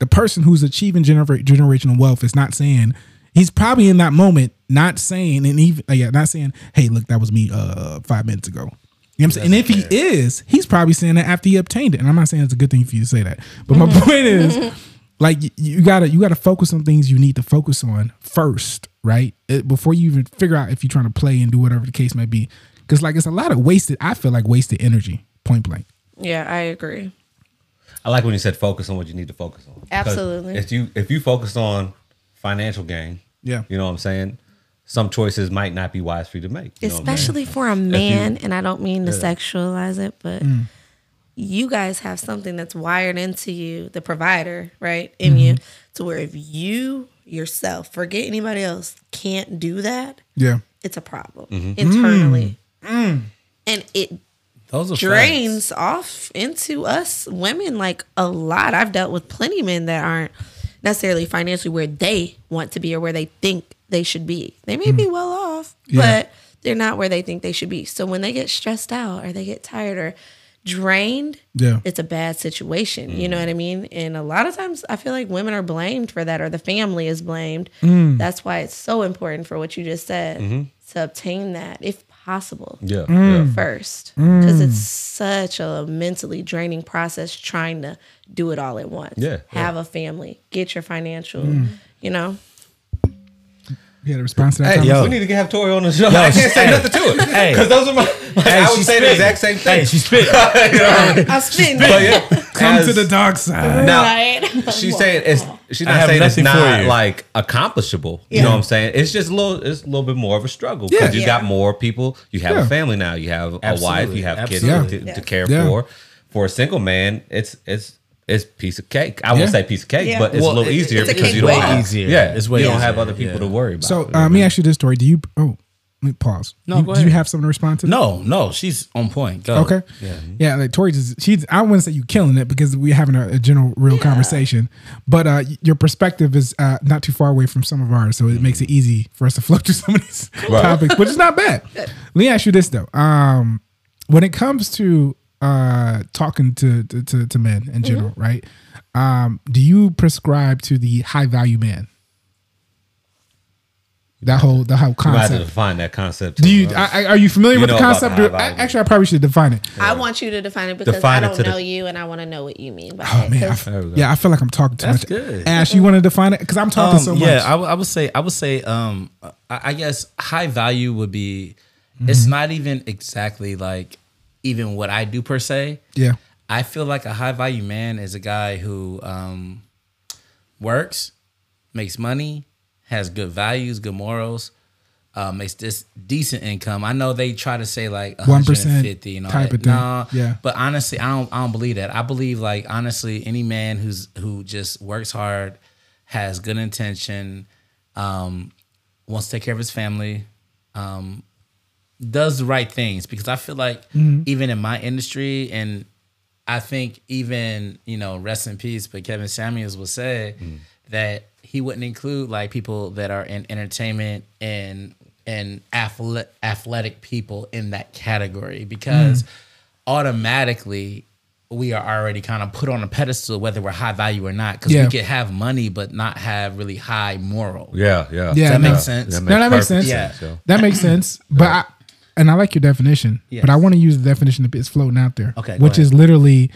A: The person who's achieving gener- generational wealth is not saying he's probably in that moment not saying and even uh, yeah not saying hey look that was me uh five minutes ago. You know what I'm saying? And if he is, he's probably saying that after he obtained it. And I'm not saying it's a good thing for you to say that. But my point is like y- you gotta you gotta focus on things you need to focus on first right it, before you even figure out if you're trying to play and do whatever the case may be because like it's a lot of wasted i feel like wasted energy point blank
D: Yeah, I agree.
B: I like when you said focus on what you need to focus on. 'Cause
D: Absolutely.
B: If you if you focus on financial gain,
A: Yeah.
B: you know what I'm saying. Some choices might not be wise for you to make, you Mm. know what I'm saying?
D: Especially for a man, and I don't mean to sexualize it, but you guys have something that's wired into you, the provider, right? In
B: Mm-hmm.
D: you, to where if you yourself, forget anybody else, can't do that,
A: yeah
D: it's a problem
B: Mm-hmm.
D: internally.
B: Mm.
D: And it
C: Those are
D: drains off into us women like a lot. I've dealt with plenty of men that aren't necessarily financially where they want to be or where they think they should be. They may be well off,
A: Yeah.
D: but they're not where they think they should be. So when they get stressed out or they get tired or drained,
A: Yeah.
D: it's a bad situation. You know what I mean? And a lot of times I feel like women are blamed for that or the family is blamed. That's why it's so important for what you just said to obtain that if possible
B: Yeah, yeah.
C: Mm.
D: first because it's such a mentally draining process trying to do it all at once.
B: Yeah,
D: have a family, get your financial, you know.
A: you had a response to that
B: Hey,
A: Thomas?
C: yo.
B: we need to have Tori on the show. I can't say
C: hey.
B: nothing to it.
C: Hey.
B: Because those are my. Like, I would
C: she's
B: say the
C: spitting.
B: exact same thing.
C: Hey, she's spitting.
D: I spend
B: but yeah,
A: come to
B: as-
A: the dark side
B: now,
D: right.
B: She's saying it's. She's
C: I
B: not
C: have
B: saying it's
C: nothing for
B: not
C: you.
B: like accomplishable. You know what I'm saying? It's just a little. It's a little bit more of a struggle because
A: Yeah.
B: you
D: Yeah.
B: got more people. You have
A: Yeah.
B: a family now. You have a wife.
C: Absolutely.
B: You have
C: Absolutely.
B: kids to,
D: Yeah.
B: to care
A: Yeah.
B: for. For a single man, it's it's it's piece of cake. I
A: Yeah.
B: won't say piece of cake,
D: Yeah.
B: but it's
C: Well,
B: a little
C: it-
B: easier
D: it's a
B: because
D: cake
B: you don't.
D: walk.
B: have-
C: Easier.
B: Yeah,
C: It's way
B: you don't
C: easier,
B: have other people
C: yeah.
B: to worry about.
A: so uh, let me ask you this story do you oh let me pause
C: No,
A: you,
C: go
A: do you
C: ahead.
A: have something to respond to
C: No, no, she's on point.
B: Oh,
C: Go.
A: okay yeah yeah like tori just she's i wouldn't say you killing it because we're having a, a general real conversation but uh y- your perspective is uh not too far away from some of ours so it makes it easy for us to flow through some of these
B: Mm. Right.
A: topics which is not bad let me ask you this though um when it comes to uh talking to to, to, to men in general right um do you prescribe to the high value man that whole the whole
B: I had to
A: concept
B: define that concept. uh,
A: do
B: too,
A: you
B: right?
A: I, I- are you familiar
B: You
A: with
B: know
A: the
B: about
A: concept
B: the high
A: or- I-
B: value.
A: actually i probably should define it
D: I want you to define it because
B: Define
D: I
B: it
D: don't
B: to the-
D: know you and I want to know what you mean by
A: Oh
D: it.
A: man, I
D: 'cause
A: f- yeah, I feel like I'm talking too
C: That's
A: much.
C: good.
A: Ash, you want to define it? Because I'm talking
C: Um,
A: so much.
C: yeah, I would- I would say I would say um, I, I guess high value would be.
A: Mm-hmm.
C: It's not even exactly like even what I do per se.
A: yeah,
C: I feel like a high value man is a guy who um, works, makes money, has good values, good morals, uh, makes this decent income. I know they try to say like
A: 1%
C: 150 and all
A: type
C: that.
A: of thing.
C: Nah,
A: Yeah.
C: but honestly, I don't I don't believe that. I believe like honestly, any man who's who just works hard, has good intention, um, wants to take care of his family, um, does the right things because I feel like
A: Mm-hmm.
C: even in my industry and I think even you know rest in peace, but Kevin Samuels will say that he wouldn't include like people that are in entertainment and and athle- athletic people in that category because
A: Mm-hmm.
C: automatically we are already kind of put on a pedestal whether we're high value or not because
A: Yeah.
C: we could have money but not have really high moral.
B: Yeah, yeah,
A: Yeah, That
C: makes sense.
A: No, that makes
B: perfect
A: sense.
C: Yeah.
B: yo.
A: that makes sense. But I, and I like your definition,
C: Yes.
A: but I want to use the definition that is floating out there.
C: Okay, go
A: which
C: ahead.
A: is literally,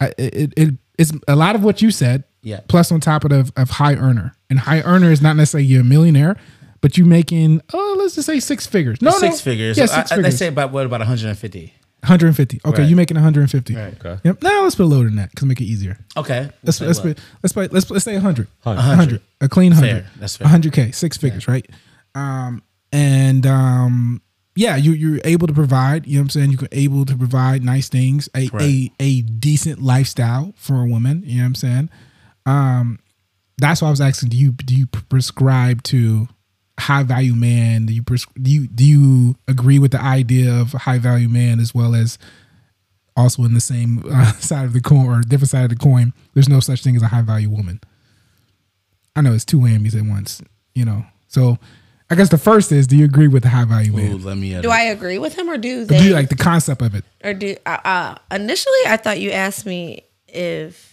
A: I- it, it it's a lot of what you said.
C: Yeah.
A: Plus on top of the, of high earner, and high earner is not necessarily you're a millionaire, but you making oh let's just say six figures. No,
C: six
A: no.
C: figures.
A: Yeah,
C: So I-
A: six
C: I-
A: figures.
C: Let's say about what about 150?
A: 150. Okay,
C: Right.
A: you're making 150.
C: Right.
B: Okay.
A: Yep. Now let's put lower than that because make it easier.
C: Okay. we'll
A: Let's
C: say
A: let's
C: what?
A: put, let's play, let's let's say 100.
B: 100.
A: 100. A clean 100.
C: Fair, that's fair.
A: 100k, six figures, right? Um and um yeah, you you're able to provide, you know what I'm saying? You're able to provide nice things, a a,
C: Correct.
A: a decent lifestyle for a woman, you know what I'm saying? Um that's why I was asking do you do you prescribe to high value man? Do you pres- do you do you agree with the idea of high value man as well as also in the same uh, side of the coin or different side of the coin, there's no such thing as a high value woman. I know it's two whammies at once, you know. So I guess the first is, do you agree with the high value
C: Ooh,
A: man?
C: let me. uh,
D: Do I agree with him or do
A: Do
D: they?
A: you like the concept of it?
D: or do uh, uh, initially I thought you asked me if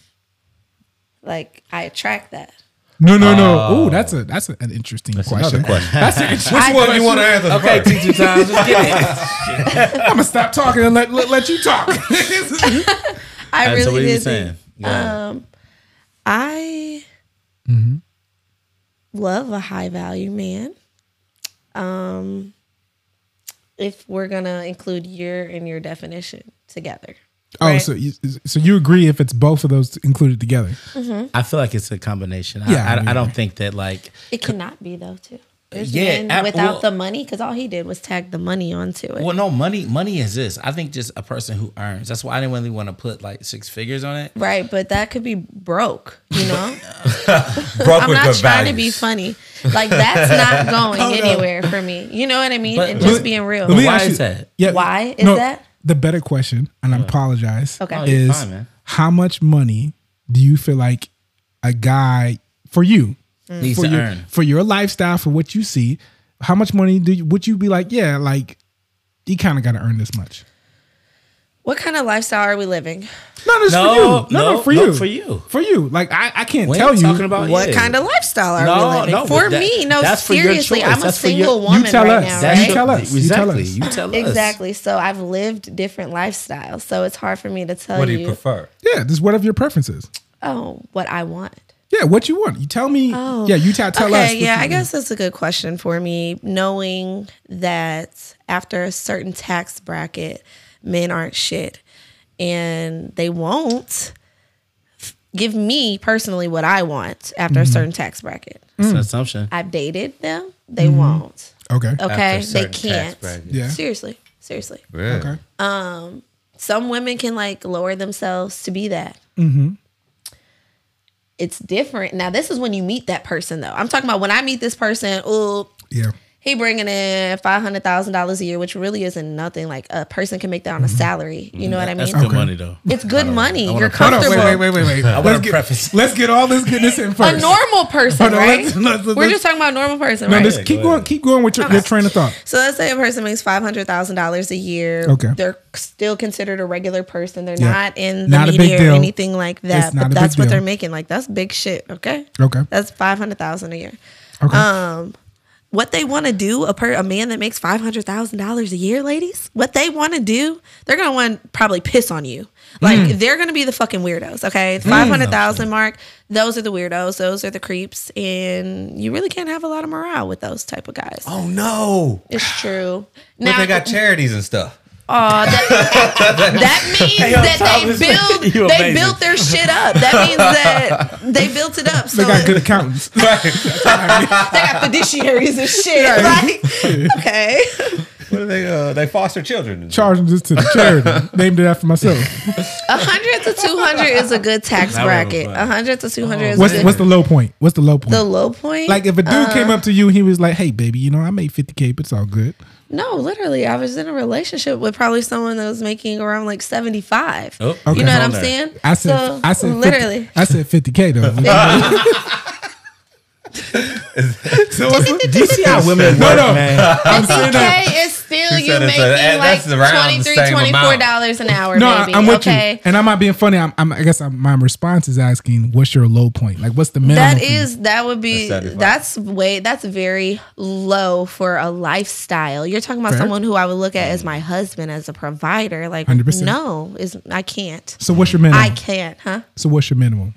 D: like I attract that.
A: No, no, no. oh, that's a that's a- an interesting question.
B: another question.
A: That's an interesting.
D: I-
B: Which one you want to answer
C: Okay,
B: first?
C: teacher time. Just get it.
A: I'm gonna stop talking and let let, let you talk.
D: I
C: so what
D: really
C: are you
D: did.
C: saying? Yeah.
D: I love a high value man. Um, if we're gonna include your and your definition together,
A: oh,
D: Right.
A: so you, so you agree if it's both of those included together?
D: um,
C: I feel like it's a combination. I,
A: Yeah,
C: I,
A: I mean-
C: I don't think that like
D: it cannot be though too. There's
C: Yeah,
D: men
C: ab-
D: without
C: well-
D: the money because all he did was tag the money onto it.
C: Well, no, money money is this. I think just a person who earns. That's why I didn't really want to put like six figures on it.
D: Right, but that could be broke, you know?
B: Broke
D: I'm
B: with
D: not
B: good
D: trying to be
B: values.
D: funny. Like, that's not going anywhere for me. You know what I mean?
C: But-
D: and just
C: but-
D: being real.
A: Let me
C: Why
A: ask
C: is
A: you-
C: that?
A: Yeah,
D: Why is that?
A: The better question, and I apologize,
D: Okay. No,
C: Oh, you're
A: is
C: fine, man.
A: how much money do you feel like a guy for you
C: Needs
D: Mm.
A: for
C: to
A: your
C: earn.
A: for your lifestyle for what you see? How much money do you, would you be like? Yeah, like you kind of got to earn this much.
D: What kind of lifestyle are we living?
A: Not just for
C: No,
A: you. No, no,
C: no,
A: for
C: no,
A: you.
C: for you.
A: For you. Like I, I can't
C: We ain't
A: tell you.
C: talking about
D: What
C: you.
D: kind of lifestyle
C: Oh,
D: are
C: No,
D: we living?
C: no,
D: for
C: but that-
D: me, no,
C: that's for your
D: seriously,
C: choice.
D: I'm a
C: That's for your-
D: single
C: You
D: woman
A: tell
D: right
A: us.
D: now,
A: That's
D: right?
A: your- tell us. You tell
C: Exactly.
A: us.
C: You tell us.
D: Exactly. So I've lived different lifestyles. So it's hard for me to tell
B: What do
D: you,
B: you prefer?
A: Yeah, just whatever your preferences.
D: oh, what I want.
A: Yeah, what you want. You tell me.
D: Oh.
A: Yeah, you tell, tell
D: okay,
A: us. what
D: yeah,
A: you
D: I
A: want.
D: guess that's a good question for me. Knowing that after a certain tax bracket, men aren't shit, and they won't f- give me personally what I want after
A: Mm-hmm.
D: a certain tax bracket.
C: It's an assumption.
D: I've dated them; they won't.
A: Okay.
D: Okay,
B: After a
D: they
B: certain tax
D: can't.
B: bracket.
A: Mm-hmm. Yeah.
D: Seriously, seriously.
B: Yeah.
A: Okay.
D: Some women can like lower themselves to be that.
A: Mm-hmm.
D: It's different now. This is when you meet that person, though. I'm talking about when I meet this person. Oh,
A: Yeah.
D: he bringing in five hundred thousand dollars a year, which really isn't nothing. Like a person can make that on a
A: Mm-hmm.
D: salary. You know what I mean?
C: That's good money though.
D: It's good money. You're
A: Hold on,
D: comfortable.
A: wait, wait, wait, wait, wait.
C: I
A: let's,
C: want to
A: get,
C: preface.
A: let's get all this goodness in first.
D: A normal person,
A: Hold on,
D: right?
A: let's- let's- let's-
D: We're just talking about a normal person,
A: No,
D: right?
A: just keep going. Keep going with your, your train of thought.
D: so let's say a person makes five hundred thousand dollars a year.
A: Okay.
D: they're still considered a regular person. They're
A: Yeah.
D: not in the
A: Not a big
D: media or
A: deal.
D: anything like that.
A: It's not a
D: but that's
A: big
D: what
A: deal.
D: they're making. Like that's big shit. Okay.
A: Okay.
D: That's five hundred thousand a year.
A: Okay.
E: Uh,
D: um what they want to do a per a man that makes five hundred thousand dollars a year, ladies. What they want to do, they're gonna want to probably piss on you. Like they're gonna be the fucking weirdos. Okay, five hundred thousand mark. Those are the weirdos. Those are the creeps, and you really can't have a lot of morale with those type of guys.
B: Oh no!
D: It's true.
B: But
D: Now
B: they got charities and stuff.
D: Aw, that, that means that
C: Thomas,
D: they
C: you
D: build they
C: amazing.
D: built their shit up. That means that they built it up. So
A: They got good accountants.
D: they got fiduciaries and shit. Like okay.
B: What are they? Uh, they foster children. and
A: Charging this to the charity. Named it after myself.
D: 100 to 200 is a good tax
C: Now we have a
D: bracket.
C: plan.
D: 100 to 200 is
A: What's
D: good.
A: what's the low point? What's the low point?
D: the low point?
A: like if a dude
E: uh,
A: came up to you and he was like, "Hey, baby, you know I made fifty k, but it's all good."
D: no, literally, I was in a relationship with probably someone that was making around like 75.
C: Oh,
A: Okay.
D: You know what
C: on
D: I'm
C: there.
D: saying?
A: I said,
D: so,
A: I said,
D: literally.
A: 50, I said fifty k though. So what's
C: Do you see how women
A: No,
C: work,
A: no.
C: man?
A: I'm saying that.
E: Okay, it's still
B: She
E: you
B: said it's
E: making
B: a- and
E: like
B: that's around
E: twenty
B: the
E: three,
B: same
E: twenty four
B: amount.
E: dollars an hour.
A: No, I-
E: maybe.
A: I'm with
E: okay?
A: you, and I'm not being funny. I'm, I'm I guess I'm, my response is asking, what's your low point? Like, what's the minimum?
E: That
A: for you?
E: is that would be
B: That's
E: that's,
B: 75.
E: way that's very low for a lifestyle. You're talking about
A: Fair.
E: someone who I would look at as my husband as a provider. Like
A: 100%.
E: no, is I can't.
A: So what's your minimum?
E: I can't, huh?
A: so what's your minimum?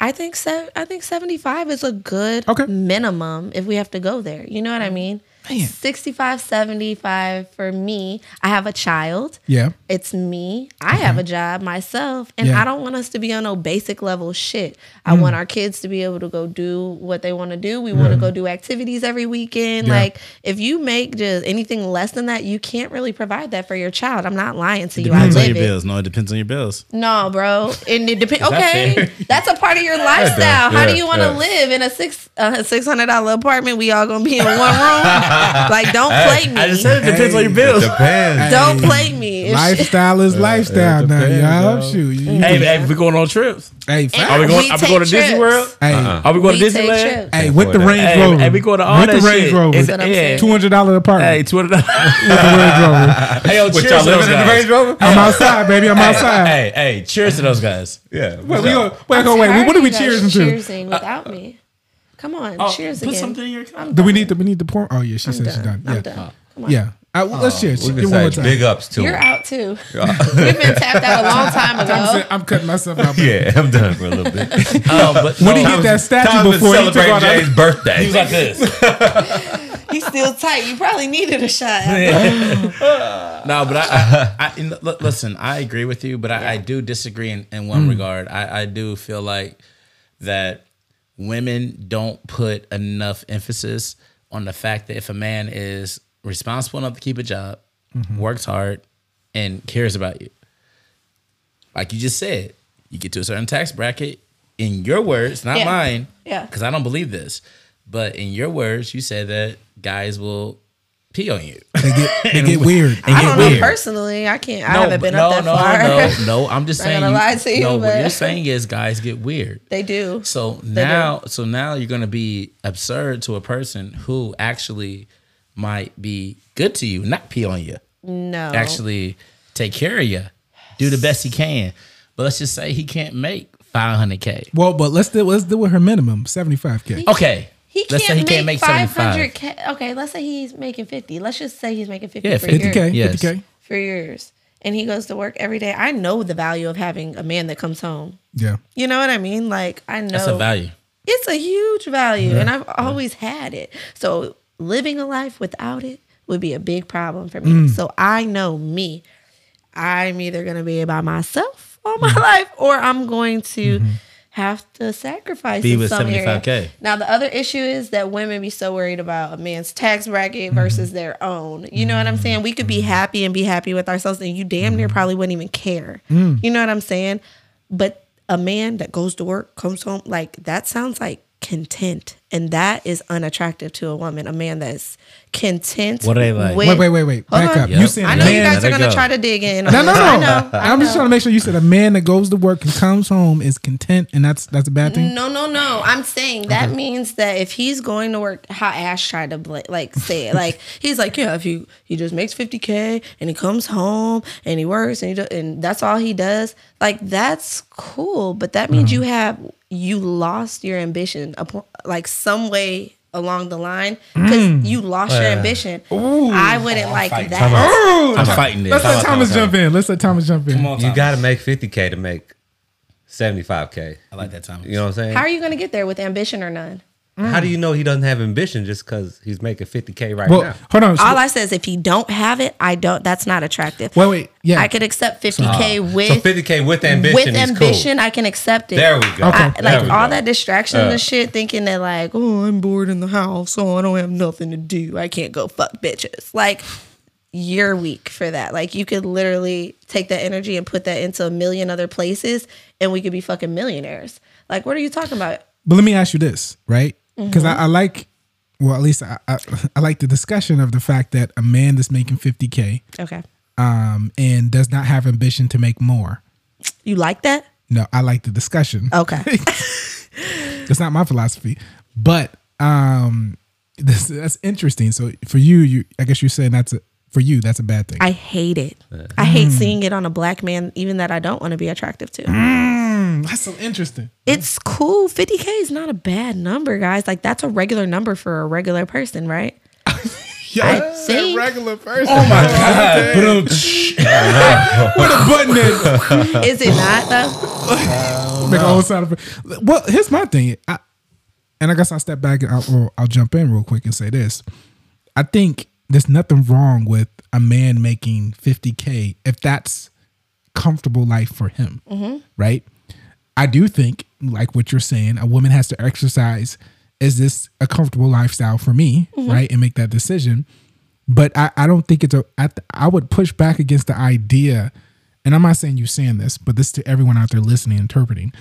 E: I think se- I think 75 is a good
A: Okay.
E: minimum if we have to go there. You know what I mean?
A: Man.
E: 65 75 for me. I have a child.
A: Yeah.
E: It's me. I have a job myself, and
A: Yeah.
E: I don't want us to be on no basic level shit.
C: Mm.
E: I want our kids to be able to go do what they want to do. We want to go do activities every weekend.
A: Yeah.
E: Like if you make just anything less than that, you can't really provide that for your child. I'm not lying to you. I
C: Depends on your
E: live it.
C: bills. No, it depends on your bills.
E: No, bro. And it depends. Okay,
C: fair?
E: that's a part of your lifestyle. How do
B: yeah,
E: you want to
B: yeah.
E: live in a six uh, six hundred dollar apartment? We all gonna be in one room. like, don't play me.
C: I just said it depends on your
A: Hey.
C: bills.
B: Depends.
E: don't
A: Hey.
E: play me. It's-
A: Lifestyle is lifestyle now,
B: depends,
A: y'all.
B: though.
A: Shoot, you, you,
C: Hey, hey, if we're going on trips,
A: hey,
E: And
A: fact.
C: we going- are we
E: take
C: going to Disney
E: trips.
C: World?
A: hey,
C: are we going to
E: We take
C: Disney?
E: trips.
A: hey, with the
B: afford
A: Range
B: that.
A: Rover,
C: Hey, hey, we go to all
A: with
C: that
A: the Range
C: shit.
A: Rover,
C: It's-
E: That's what I'm
C: yeah.
E: saying.
A: two hundred dollar
C: Hey,
A: apartment
C: two hundred dollars.
A: with the Range Rover.
C: Hey, yo,
B: What
C: cheers
B: y'all
C: to those
B: living in the
C: guys.
B: Range Rover?
A: I'm outside, baby. I'm outside.
C: Hey, hey, cheers to those guys.
B: Yeah.
A: Wait,
B: what's
A: we
B: up?
A: go, wait, go, wait.
E: Tired
A: What are
E: of
A: we
E: you guys
A: cheersing to?
C: Uh,
E: Cheersing without me. Come on,
C: Oh,
E: cheers
C: put
E: again.
C: something in your cup.
E: I'm
A: Do we
E: done.
A: need the we need the porn? Oh yeah, she
E: I'm
A: said she's done.
E: I'm
A: Yeah,
E: done. Come on.
A: yeah. Uh, well, let's cheers.
B: We
A: Give
B: can
A: one more
B: say
A: time.
B: big ups to
E: You're
B: him.
E: out too. We've been tapped out a long time
A: I'm,
E: ago.
A: saying- I'm cutting myself out. baby.
B: Yeah, I'm done for a little bit.
C: Um, but
A: When
C: no,
A: he get that statue
B: Time to
A: before he took
B: celebrate
A: out
B: Jay's
A: that.
C: he
B: birthday.
C: was like this.
E: He's still tight. You probably needed a shot.
C: No, but I, I, I in- l- listen. I agree with you, but I, I do disagree in, in one regard. I, I do feel like that women don't put enough emphasis on the fact that if a man is responsible enough to keep a job, works hard, and cares about you, like you just said, you get to a certain tax bracket. In your words, not
E: Yeah.
C: mine,
E: Yeah.
C: because I don't believe this, but in your words, you said that guys will pee on you.
A: They get, they get weird.
C: And
E: I
C: get
E: don't know
C: weird.
E: personally. I can't. I haven't
C: but
E: been up that
C: no,
E: far.
C: No, no, I'm just
E: Not
C: saying.
E: gonna lie to you,
C: no, what
E: but-
C: you're saying is guys get weird.
E: they do.
C: So now, so now you're gonna be absurd to a person who actually might be good to you, not pee on you,
E: No.
C: actually take care of you, do the best he can. But let's just say he can't make 500k.
A: Well, but let's do let's do with her minimum seventy five k.
C: Okay,
E: He
C: let's say
E: can't,
C: he can't
E: make
C: make 75.
E: 500 k. Okay, let's say he's making 50. Let's just say he's making 50
C: Yeah,
E: for
C: 50K.
A: Fifty k,
E: years.
C: Yes.
A: fifty k.
E: For years. And he goes to work every day. I know the value of having a man that comes home.
A: Yeah,
E: You know what I mean? Like I know
C: That's a value.
E: It's a huge value and I've always had it. So living a life without it would be a big problem for me.
C: Mm.
E: So I know me. I'm either going to be by myself all
C: Mm-hmm.
E: my life or I'm going to have to sacrifice
C: Be
E: in
C: with
E: some area.
C: 75K.
E: Now the other issue is that women be so worried about a man's tax bracket versus
A: Mm-hmm.
E: their own. You know what I'm saying? We could be happy and be happy with ourselves and you damn
A: Mm-hmm.
E: near probably wouldn't even care.
A: Mm.
E: You know what I'm saying? But a man that goes to work, comes home, like that sounds like content. And that is unattractive to a woman. A man that's content.
C: What are they like?
E: with-
A: Wait, wait, wait, wait.
E: Hold
A: Back
E: on.
A: up. You said
E: I
A: a
E: know you
A: man.
E: guys
C: Let
E: are
C: it
E: gonna
C: go.
E: try to dig in. on
A: No, no,
E: this.
A: no.
E: I know. I
A: I'm just
E: know.
A: trying to make sure you said a man that goes to work and comes home is content, and that's that's a bad thing.
E: No, no, no. I'm saying that means that if he's going to work, how Ash tried to bla- like say it, like he's like, yeah, if he he just makes 50k and he comes home and he works and he do, and that's all he does, like that's cool. But that means you have you lost your ambition, upon, like some way along the line because you lost your ambition. I wouldn't like that.
C: I'm fighting this.
A: Let's let
C: Come on,
A: Thomas
C: come on,
A: jump in. Let's let Thomas jump in.
C: Come on,
B: You
C: Thomas.
B: got to make 50K to make 75K.
C: I like that time.
B: You know what I'm saying?
E: How are you going to get there with ambition or none?
B: How do you know he doesn't have ambition just because he's making 50K right
A: Well,
B: now?
A: hold on. So-
E: All I say is if you don't have it, I don't. That's not attractive.
A: wait, wait. Yeah.
E: I could accept 50k with
B: So 50K with ambition
E: with
B: is
E: ambition. I can accept it.
B: cool. There we go.
E: I,
B: There
E: like
B: we
E: all
B: go. Uh.
E: that distraction and shit, thinking that like, oh, I'm bored in the house, so I don't have nothing to do. I can't go fuck bitches. Like you're weak for that. Like you could literally take that energy and put that into a million other places, and we could be fucking millionaires. Like what are you talking about?
A: But let me ask you this, right?
E: Mm-hmm.
A: Because I, I like, well, at least I, I, I like the discussion of the fact that a man that's making 50K
E: Okay,
A: um, and does not have ambition to make more.
E: you like that? Oh.
A: No, I like the discussion.
E: Okay,
A: That's not my philosophy. But Um, this, that's interesting. So for you, you I guess you're saying that's a, for you that's a bad thing.
E: I hate it. I hate seeing it on a black man, even that I don't want to be attractive to.
A: Mm, that's so interesting.
E: It's cool. 50K is not a bad number, guys. Like, that's a regular number for a regular person, right? I
A: Yeah,
E: think-
A: regular person. Oh my god! What a button is.
E: Is it not, though?
A: Make a whole sound effect. Well, here's my thing. I, and I guess I'll step back and I'll, or I'll jump in real quick and say this. I think there's nothing wrong with a man making 50K if that's comfortable life for him, right? I do think, like what you're saying, a woman has to exercise. Is this a comfortable lifestyle for me, right? And make that decision. But I, I don't think it's a. I, th- I would push back against the idea, and I'm not saying you saying this, but this to everyone out there listening, interpreting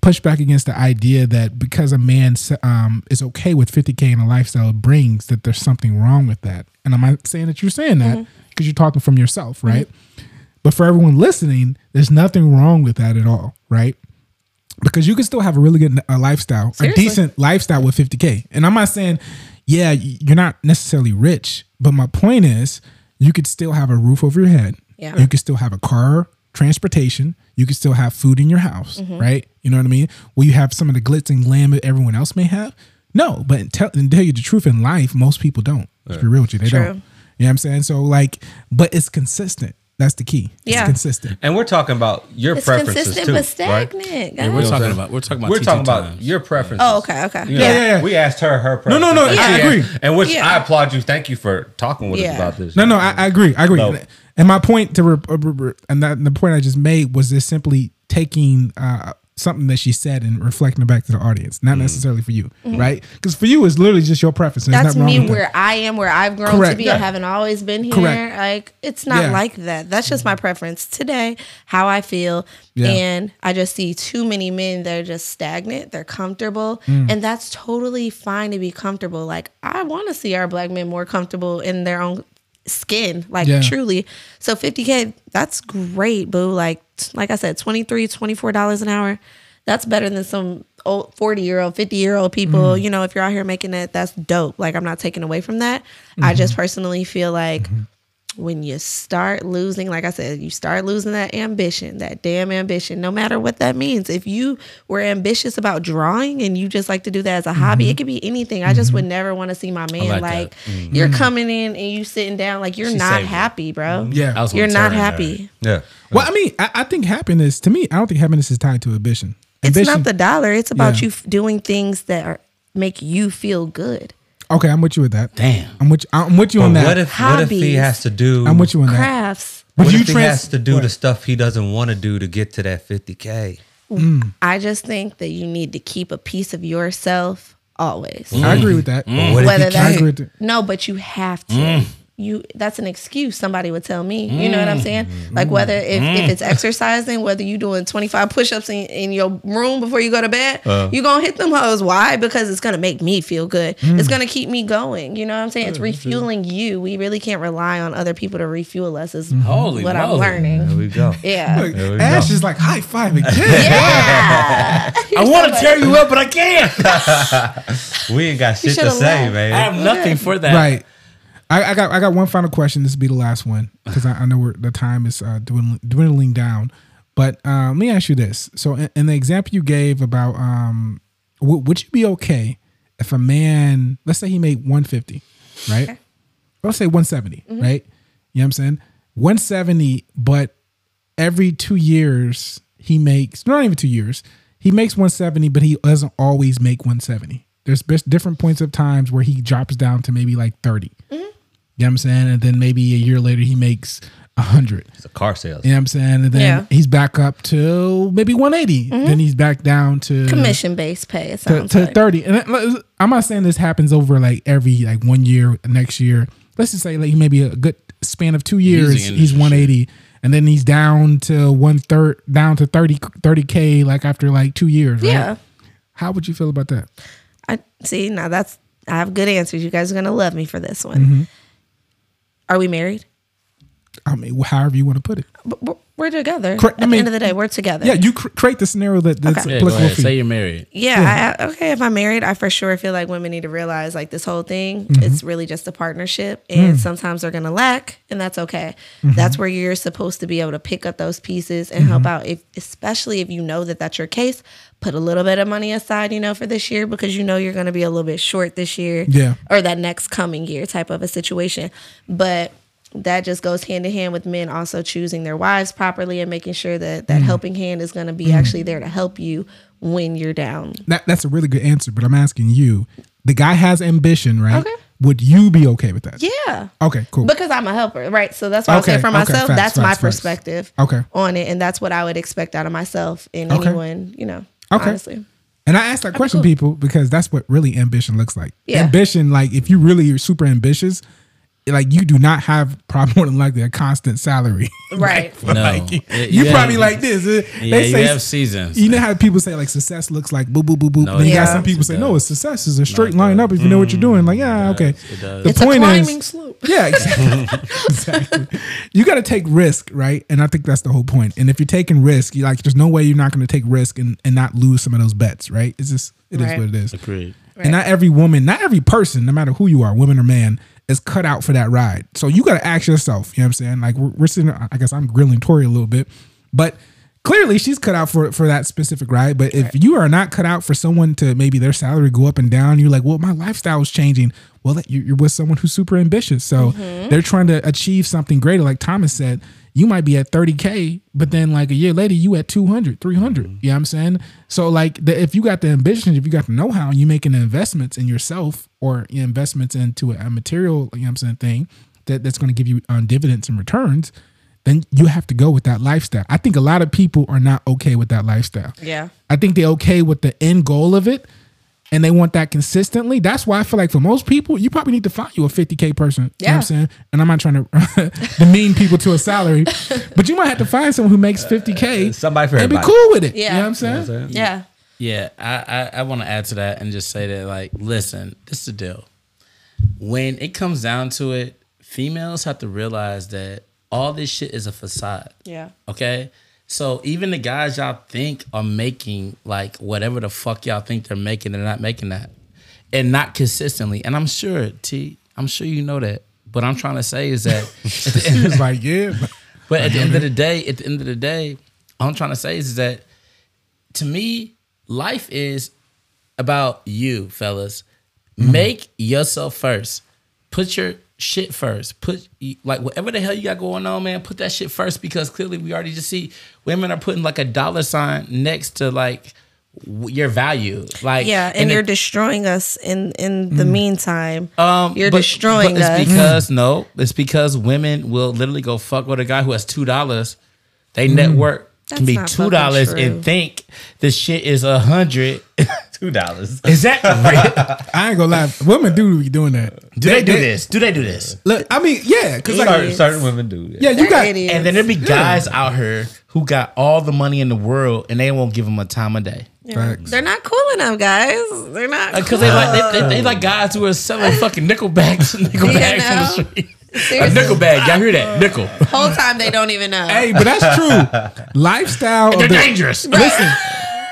A: push back against the idea that because a man um, is okay with 50k in a lifestyle it brings that there's something wrong with that and i'm not saying that you're saying that because you're talking from yourself right but for everyone listening there's nothing wrong with that at all right because you can still have a really good uh, lifestyle
E: Seriously.
A: a decent lifestyle with 50k and i'm not saying yeah y- you're not necessarily rich but my point is you could still have a roof over your head
E: Yeah.
A: you could still have a car, transportation. You could still have food in your house,
E: Mm-hmm.
A: right? You know what I mean? Will you have some of the glitz and glam that everyone else may have? No, but and tell, and tell you the truth, in life, most people don't. Let's be real with you, they
E: True.
A: don't. You know what I'm saying? So like, but it's consistent. That's the key.
E: Yeah.
A: It's consistent.
B: And we're talking about your
E: It's
B: preferences
E: consistent
B: too,
E: but
B: right?
E: stagnant, guys.
C: Yeah, we're
B: what I'm
C: talking
B: saying?
C: about we're talking about
B: We're
C: TT
B: talking about
C: times.
B: your preferences.
E: oh, okay, okay.
B: You know,
E: yeah.
A: yeah, yeah.
B: We asked her her preferences.
A: no, no,
B: And
A: I
B: she
A: agree.
B: asked- And which
E: Yeah.
B: I applaud you. Thank you for talking with
E: Yeah.
B: us about this.
A: No, no, I, I agree. I agree.
B: No.
A: And my point to re- uh, re- re- and that, the point I just made was this simply taking uh, something that she said and reflecting it back to the audience,
B: Mm-hmm.
A: not necessarily for you, right? Because for you, it's literally just your preference. and there's
E: Mm-hmm. That's
A: nothing wrong
E: me
A: with that.
E: where I am, where I've grown to
A: Correct.
E: be.
A: Yeah.
E: I haven't always been here.
A: Correct.
E: Like it's not
A: Yeah.
E: like that. That's just my preference today, how I feel.
A: Yeah.
E: And I just see too many men that are just stagnant. They're comfortable. And that's totally fine to be comfortable. Like I want to see our black men more comfortable in their own skin. Like
A: Yeah.
E: truly. So 50K, that's great, boo. Like like I said, 23 $24 an hour. That's better than some old 40 year old, 50 year old people. You know, if you're out here making it, that's dope. Like, I'm not taking away from that. I just personally feel like when you start losing, like I said, you start losing that ambition, that damn ambition, no matter what that means. If you were ambitious about drawing and you just like to do that as a hobby, it could be anything. I just would never want to see my man like,
C: Mm-hmm. like that. Mm-hmm.
E: you're coming in and you sitting down, like, you're
C: She
E: not
C: saved it. Mm-hmm.
E: happy, bro.
A: Yeah.
C: I was
E: You're
C: gonna
E: not
C: turn
E: happy.
C: there.
B: Yeah.
A: Well, I mean, I, I think happiness to me, I don't think happiness is tied to ambition.
E: It's
A: ambition,
E: not the dollar. It's about
A: Yeah.
E: you f- doing things that are make you feel good.
A: okay. I'm with you with that.
C: Damn.
A: I'm with you, I'm with you on
B: But
A: that.
B: what if what if he
E: Hobbies.
B: has to do
A: I'm with you on that.
E: Crafts.
A: But
B: what
A: you
B: if he
A: trans-
B: has to do
A: what?
B: the stuff he doesn't want to do to get to that 50K?
E: I just think that you need to keep a piece of yourself always.
A: I agree with that.
B: But What
E: Whether
B: if he
A: I
E: that's
A: agree with it.
E: no, but you have to. You that's an excuse somebody would tell me. You know what I'm saying? Like whether if, if it's exercising, whether you doing 25 push-ups in, in your room before you go to bed, you gonna hit them hoes. Why? Because it's gonna make me feel good. It's gonna keep me going. You know what I'm saying? It's refueling you. We really can't rely on other people to refuel us, is
C: Holy
E: what I'm
C: moly.
B: There
E: learning.
B: we go.
E: Mm-hmm. Yeah.
B: There we
A: Ash
B: go.
A: is like high five again.
E: Yeah.
C: I want to tear you up, but I can't. I
B: We ain't got shit to
E: should've
B: say,
E: left.
B: man.
C: have nothing for that.
A: Right. I, I got I got one final question. This will be the last one because I, I know we're, the time is uh, dwindling, dwindling down. But uh, let me ask you this. So, in, in the example you gave about, um, w- would you be okay if a man, let's say he made 150, right? Let's say 170, right? You know what I'm saying? 170, but every two years he makes, not even two years, he makes 170, but he doesn't always make 170. There's bis- different points of times where he drops down to maybe like 30. You know what I'm saying? And then maybe a year later he makes 100.
B: It's a car sales.
A: You know what I'm saying? And then
E: Yeah.
A: he's back up to maybe 180. Then he's back down to
E: Commission based pay. It
A: to,
E: sounds
A: to
E: like.
A: 30. And that- I'm not saying this happens over like every like one year, next year. Let's just say like maybe a good span of two years,
C: Music
A: he's
C: industry
A: 180. And then he's down to one third, down to 30, 30K like after like two years. Right?
E: Yeah.
A: How would you feel about that?
E: I see. Now that's I have good answers. You guys are gonna love me for this one. Are we married?
A: I mean, wh- however you want to put it.
E: But we're- We're together.
A: Cor-
E: At
A: I
E: the
A: mean-
E: end of the day, we're together.
A: Yeah, you cr- create the scenario that, that's
E: Okay.
C: Yeah, go
A: applicable
C: ahead.
A: for
C: Say
A: you.
C: you're married.
E: Yeah. I, okay. If I'm married, I for sure feel like women need to realize like this whole thing,
A: Mm-hmm.
E: it's really just a partnership. And
A: Mm.
E: sometimes they're going to lack, and that's okay.
A: Mm-hmm.
E: That's where you're supposed to be able to pick up those pieces and help out, if, especially if you know that that's your case. Put a little bit of money aside, you know, for this year because you know you're going to be a little bit short this year
A: Yeah.
E: or that next coming year type of a situation. But that just goes hand in hand with men also choosing their wives properly and making sure that
A: Mm-hmm.
E: that helping hand is going to be actually there to help you when you're down.
A: That, that's a really good answer, but I'm asking you. The guy has ambition, right?
E: Okay.
A: Would you be okay with that?
E: Yeah.
A: Okay, cool.
E: Because I'm a helper, right? So that's why I'm
A: Okay,
E: saying for
A: okay,
E: myself,
A: facts,
E: that's
A: facts,
E: my
A: facts.
E: perspective
A: Okay.
E: on it. And that's what I would expect out of myself and
A: Okay.
E: anyone, you know,
A: Okay.
E: honestly.
A: And I ask that question, people, because that's what really ambition looks like.
E: Yeah.
A: Ambition, like if you really are super ambitious, like you do not have probably more than likely a constant salary.
E: Right.
C: No,
A: like, you
C: It-
A: you
C: Um, yeah.
A: probably like this. Uh,
C: Yeah, you have seasons.
A: You know how people say like success looks like boo boo boo boo.
C: No,
A: then you
E: it
A: got
E: does.
A: some people
C: It
A: say
C: does.
A: no, it's success is a straight line up if you know what you're doing. Like yeah, okay.
C: it does.
A: The
E: It's a climbing slope.
A: Yeah, exactly. exactly. You got to take risk, right? And I think that's the whole point. And if you're taking risk, you like there's no way you're not going to take risk and, and not lose some of those bets, right? It's just it is
E: Right.
A: what it is.
C: Agreed.
A: And not every woman, not every person, no matter who you are, woman or man, is cut out for that ride. So you got to ask yourself, you know what I'm saying? Like we're, we're sitting, I guess I'm grilling Tori a little bit, but clearly she's cut out for, for that specific ride. But if you are not cut out for someone to maybe their salary go up and down, you're like, well, my lifestyle is changing. Well, that- you- you're with someone who's super ambitious. So they're trying to achieve something greater. Like Thomas said, you might be at 30k but then like a year later you at 200 300 you know what i'm saying so like the, if you got the ambition if you got the know-how and you making investments in yourself or you know, investments into a, a material you know what i'm saying thing that, that's going to give you um, dividends and returns then you have to go with that lifestyle i think a lot of people are not okay with that lifestyle
E: Yeah.
A: I think they're okay with the end goal of it and they want that consistently. That's why I feel like for most people, you probably need to find you a 50K person. You know what
E: Yeah.
A: I'm saying? And I'm not trying to demean people to a salary, but you might have to find someone who makes 50K
B: Uh, somebody for
A: and be
B: everybody.
A: cool with it. You
E: Yeah.
A: know what I'm saying?
E: Yeah.
C: Yeah, I, I, I want to add to that and just say that, like, listen, this is the deal. When it comes down to it, females have to realize that all this shit is a facade.
E: Yeah.
C: Okay. So even the guys y'all think are making like whatever the fuck y'all think they're making, they're not making that. And not consistently. And I'm sure, T, I'm sure you know that. But I'm trying to say is that at the
A: He
C: end-
A: was like, yeah. but-
C: but at the end of the day, at the end of the day, all I'm trying to say is that to me, life is about you, fellas.
E: Mm-hmm.
C: Make yourself first. Put your shit first. Put like whatever the hell you got going on, man. Put that shit first because clearly we already just see women are putting like a dollar sign next to like w- your value. Like
E: Yeah. And,
C: it-
E: you're destroying us in in
A: Mm.
E: the meantime.
C: um,
E: you're
C: but-
E: destroying
C: but
E: us.
C: It's because no, it's because women will literally go fuck with a guy who has two dollars. They network can
E: That's
C: be
E: not
C: two
E: fucking
C: dollars
E: true.
C: and think the shit is a hundred.
B: Two dollars.
C: Is that real?
A: I ain't gonna lie. Women do be doing that.
C: Do they do this? Do they do this?
A: Look, I mean, yeah, because like,
B: Certain, certain women do.
A: yeah, you
E: They're
A: got,
E: idiots.
C: And then there be guys out here who got all the money in the world and they won't give them a time of day.
A: Facts.
E: They're not cool enough, guys. They're not
C: Because
E: cool.
C: Uh, they like they, they, they like guys who are selling fucking nickel bags, nickel
E: You
C: bags on the
E: know?
C: street. A
E: Seriously.
C: nickel bag, y'all hear that? Nickel.
E: whole time they don't even know.
A: hey, but that's true. Lifestyle. of
C: They're
A: the-
C: dangerous.
A: Listen,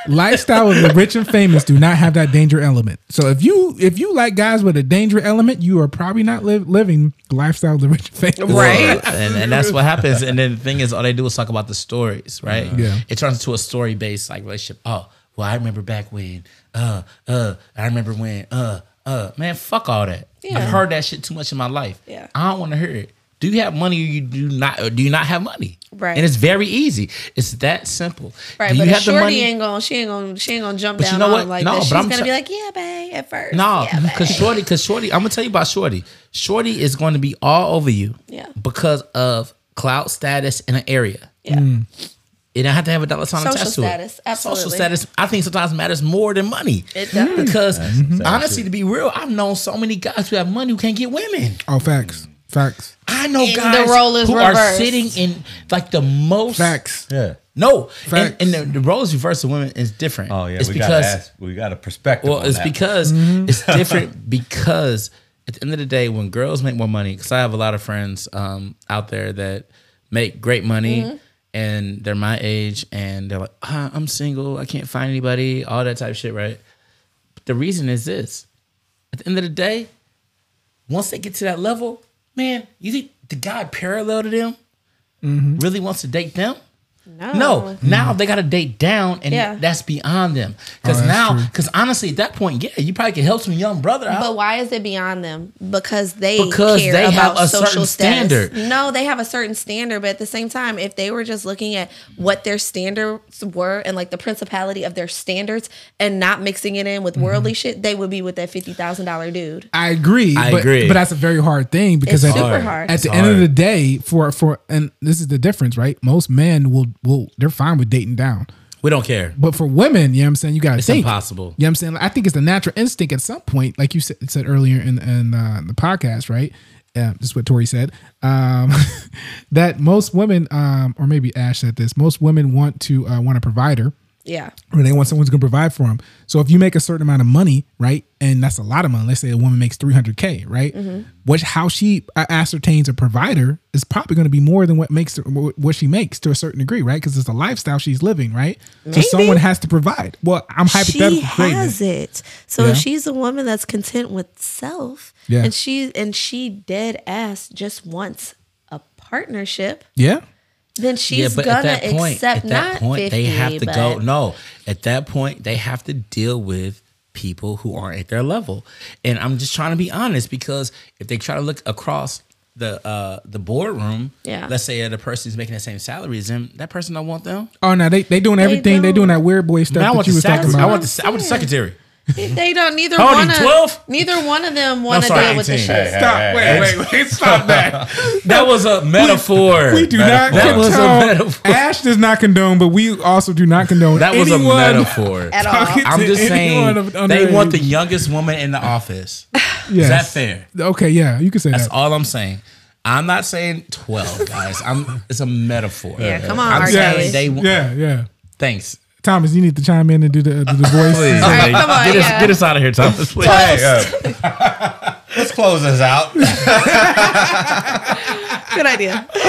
A: lifestyle of the rich and famous do not have that danger element. So if you if you like guys with a danger element, you are probably not live, living the lifestyle of the rich and famous.
E: Right?
C: and, and that's what happens. And then the thing is, all they do is talk about the stories, right?
A: Yeah.
C: It turns into a story based like relationship. Oh, well, I remember back when, uh, uh, I remember when, uh, uh, man, fuck all that.
E: Yeah.
C: I've heard that shit too much in my life.
E: Yeah.
C: I don't want to hear it. Do you have money or you do not or do you not have money?
E: Right.
C: And it's very easy. It's that simple.
E: Right,
C: do
E: but
C: you
E: a
C: have the
E: shorty
C: money?
E: ain't gonna she ain't gonna she ain't gonna jump
C: But you
E: down
C: know
E: on
C: what?
E: him like
C: No,
E: that.
C: but
E: She's
C: I'm
E: gonna
C: tr-
E: be like, yeah, babe, at first.
C: No,
E: yeah,
C: because
E: babe.
C: Shorty, because Shorty, I'm gonna tell you about Shorty. Shorty is going to be all over you,
E: Yeah.
C: because of clout status in an area.
E: Yeah.
C: mm. It don't have to have a dollar sign
E: Social
C: attached to
E: status,
C: it. Social
E: absolutely.
C: status, I think sometimes matters more than money.
E: It does. Mm-hmm.
C: Because
B: That's
C: honestly, to be real, I've known so many guys who have money who can't get women.
A: Oh, facts, facts,
C: I know
E: And the
C: guys
E: role is
C: who are
E: reversed.
C: sitting in like the most
A: facts.
B: Yeah.
C: No, and,
A: Facts.
C: and the, the roles reversed of women is different.
B: Oh yeah.
C: it's
B: we
C: because
B: gotta ask. We got a perspective.
C: well,
B: on
C: it's
B: that. Mm-hmm.
C: because it's different because at the end of the day, when
B: Mm-hmm.
C: girls make more money, because I have a lot of friends um, out there that make great money and they're my age and they're like, ah, I'm single, I can't find anybody, all that type of shit, right? But the reason is this at the end of the day, once they get to that level, man, you think the guy parallel to them
B: Mm-hmm.
C: really wants to date them?
D: No.
C: No, now they got to date down, and
D: Oh. Yeah.
C: that's beyond them. Because
A: Oh, that's
C: now,
A: true.
C: because honestly, at that point, yeah, you probably could help some young brother out.
D: But why is it beyond them? Because they
C: Because
D: care
C: they have
D: about
C: a
D: social
C: certain
D: status.
C: standard.
D: No, they have a certain standard, but at the same time, if they were just looking at what their standards were and like the principality of their standards and not mixing it in with worldly
C: Mm-hmm.
D: shit, they would be with that fifty thousand dollar dude.
A: I agree.
C: I
A: but,
C: agree.
A: But that's a very hard thing because
D: It's
A: at,
D: super
A: the-
D: hard.
A: at the end of the day, for for and this is the difference, right? Most men will will they're fine with dating down.
C: we don't care.
A: But for women, you know what I'm saying? You gotta
C: It's
A: think.
C: impossible.
A: You know what I'm saying? Like, I think it's the natural instinct at some point, like you said, said earlier in, in uh, the podcast, right? Yeah, this is what Tori said. Um, that most women, um, or maybe Ash said this, most women want to uh, want a provider
D: Yeah.
A: or they want someone who's going to provide for them. So if you make a certain amount of money, right, and that's a lot of money. Let's say a woman makes three hundred k, right?
D: Mm-hmm.
A: Which how she ascertains a provider is probably going to be more than what makes what she makes to a certain degree, right? Because it's the lifestyle she's living, right? So someone has to provide. Well, I'm hypothetical.
D: She has it. So
A: Yeah.
D: if she's a woman that's content with self,
A: Yeah.
D: and she and she dead ass just wants a partnership,
A: Yeah.
D: then she's gonna accept not 50,
C: they have to
D: but
C: go. No, at that point, they have to deal with people who aren't at their level. And I'm just trying to be honest because if they try to look across the uh the boardroom,
D: Yeah.
C: let's say uh, the person's making the same salary as them, that person don't want them.
A: Oh no, they they doing everything. They,
D: do.
A: doing that weird boy
C: Man, I
A: stuff
C: want
A: that you
C: the
A: was talking
C: secretary.
A: about.
C: I want the I want the secretary.
D: They don't. Neither
C: How old are
D: one.
C: you,
D: of-
C: 12?
D: Neither one of them want to
C: sorry,
D: deal with the
C: 18.
D: shit.
B: Hey, hey.
A: Stop! Wait, wait, wait! Stop that!
C: That was a metaphor.
A: We do not
B: Metaphor.
C: That was a
A: condone.
C: metaphor.
A: Ash does not condone, but we also do not condone.
C: That was
A: anyone-
C: a metaphor.
D: At all.
A: Talking
C: I'm
A: to
C: just saying
A: anyone of
C: they
A: underage.
C: want the youngest woman in the office. Is that
A: Yes.
C: fair?
A: Okay, yeah, you can say
C: That's
A: that.
C: all I'm saying. I'm not saying 12, guys. I'm it's a metaphor.
D: Yeah, come on,
C: I'm
D: R.
C: saying
D: Kelly.
C: they want
A: yeah, yeah.
C: thanks.
A: Thomas, you need to chime in and do the, uh, do the voice.
D: All right, come on,
F: get,
D: yeah.
F: us, get us out of here, Thomas. Please.
B: Hey, uh, let's close this out.
D: Good idea.
A: All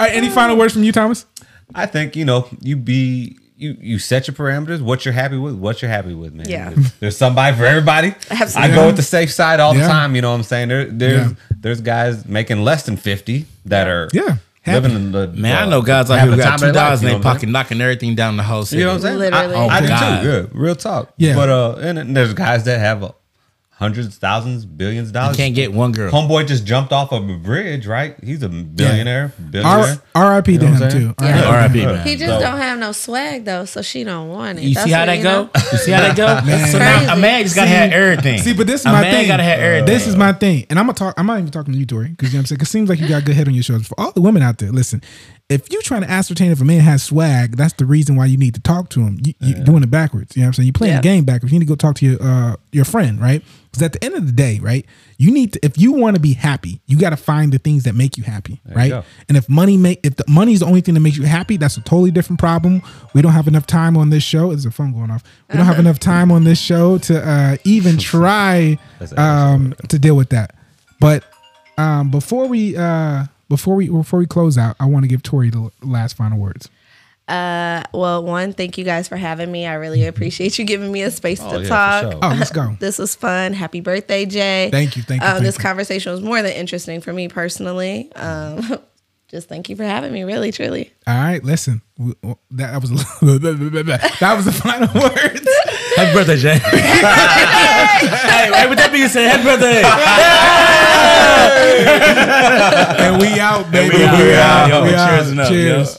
A: right, any final words from you, Thomas?
B: I think you know you be you you set your parameters. What you're happy with, what you're happy with, man.
D: Yeah.
B: there's somebody for everybody.
D: Absolutely.
B: I go with the safe side all
A: Yeah.
B: the time. You know what I'm saying? There, there's
A: Yeah.
B: there's guys making less than fifty that are
A: Yeah.
B: living in the
C: Man, I
B: the-
C: know guys out
B: having the
C: here
B: time
C: got
B: of
C: two
B: their life,
C: dollars in
B: you
C: their
B: know what I'm
C: pocket, knocking everything down the whole city.
B: You know what I'm saying?
D: Literally.
B: I, I do
C: God.
B: too. Good. Real talk.
A: Oh, Yeah.
B: But uh, and, then there's guys that have uh, hundreds, thousands, billions of dollars.
C: Can't get one girl.
B: Homeboy just jumped off of a bridge, right? He's a billionaire. Billionaire.
A: R- R.I.P. to
B: You know
A: him
B: what I'm
A: too.
B: saying?
A: All right.
D: Yeah.
C: R.I.P.
B: Yeah.
C: man.
D: He just
B: So-
D: don't have no swag though, so she don't want it.
C: You
D: That's
C: see how
D: what,
C: that
D: you
C: go?
D: know?
C: You see how that go?
A: Man.
C: So now a
D: Crazy.
C: man just gotta have everything.
A: See, but this is
C: a
A: my
C: man
A: thing.
C: gotta have everything.
A: This is my thing, and I'm gonna talk. I'm not even talking to you, Tori, because you know what I'm saying. 'Cause it seems like you got a good head on your shoulders. For all the women out there, listen. If you're trying to ascertain if a man has swag, that's the reason why you need to talk to him. You, you're doing it backwards. You know what I'm saying? You're playing
D: Yeah.
A: the game backwards. You need to go talk to your uh, your friend, right? Because at the end of the day, right, you need to. If you want to be happy, you got to find the things that make you happy,
B: you
A: right?
B: go.
A: And if money make if the money is the only thing that makes you happy, that's a totally different problem. We don't have enough time on this show. There's a phone going off. We don't have enough time on this show to uh, even try
B: That's an
A: um, to deal with that. But um, before we uh, before we before we close out, I want to give Tori the last final words.
D: Well, one, thank you guys for having me. I really appreciate you giving me a space
B: Oh,
D: to
B: yeah, for
D: talk.
B: sure.
A: Oh, let's go.
D: This was fun. Happy birthday, Jay.
A: Thank you, thank you,
D: Um,
A: thank
D: this
A: you.
D: conversation was more than interesting for me personally. Um, just thank you for having me. Really, truly.
A: All right, listen. We- That was that was the final words.
C: Happy birthday, Jay. hey, hey, with that being said, happy birthday.
A: And we out, baby.
C: we out.
A: We
C: Yo,
A: out.
C: cheers and up, yo.
A: Cheers.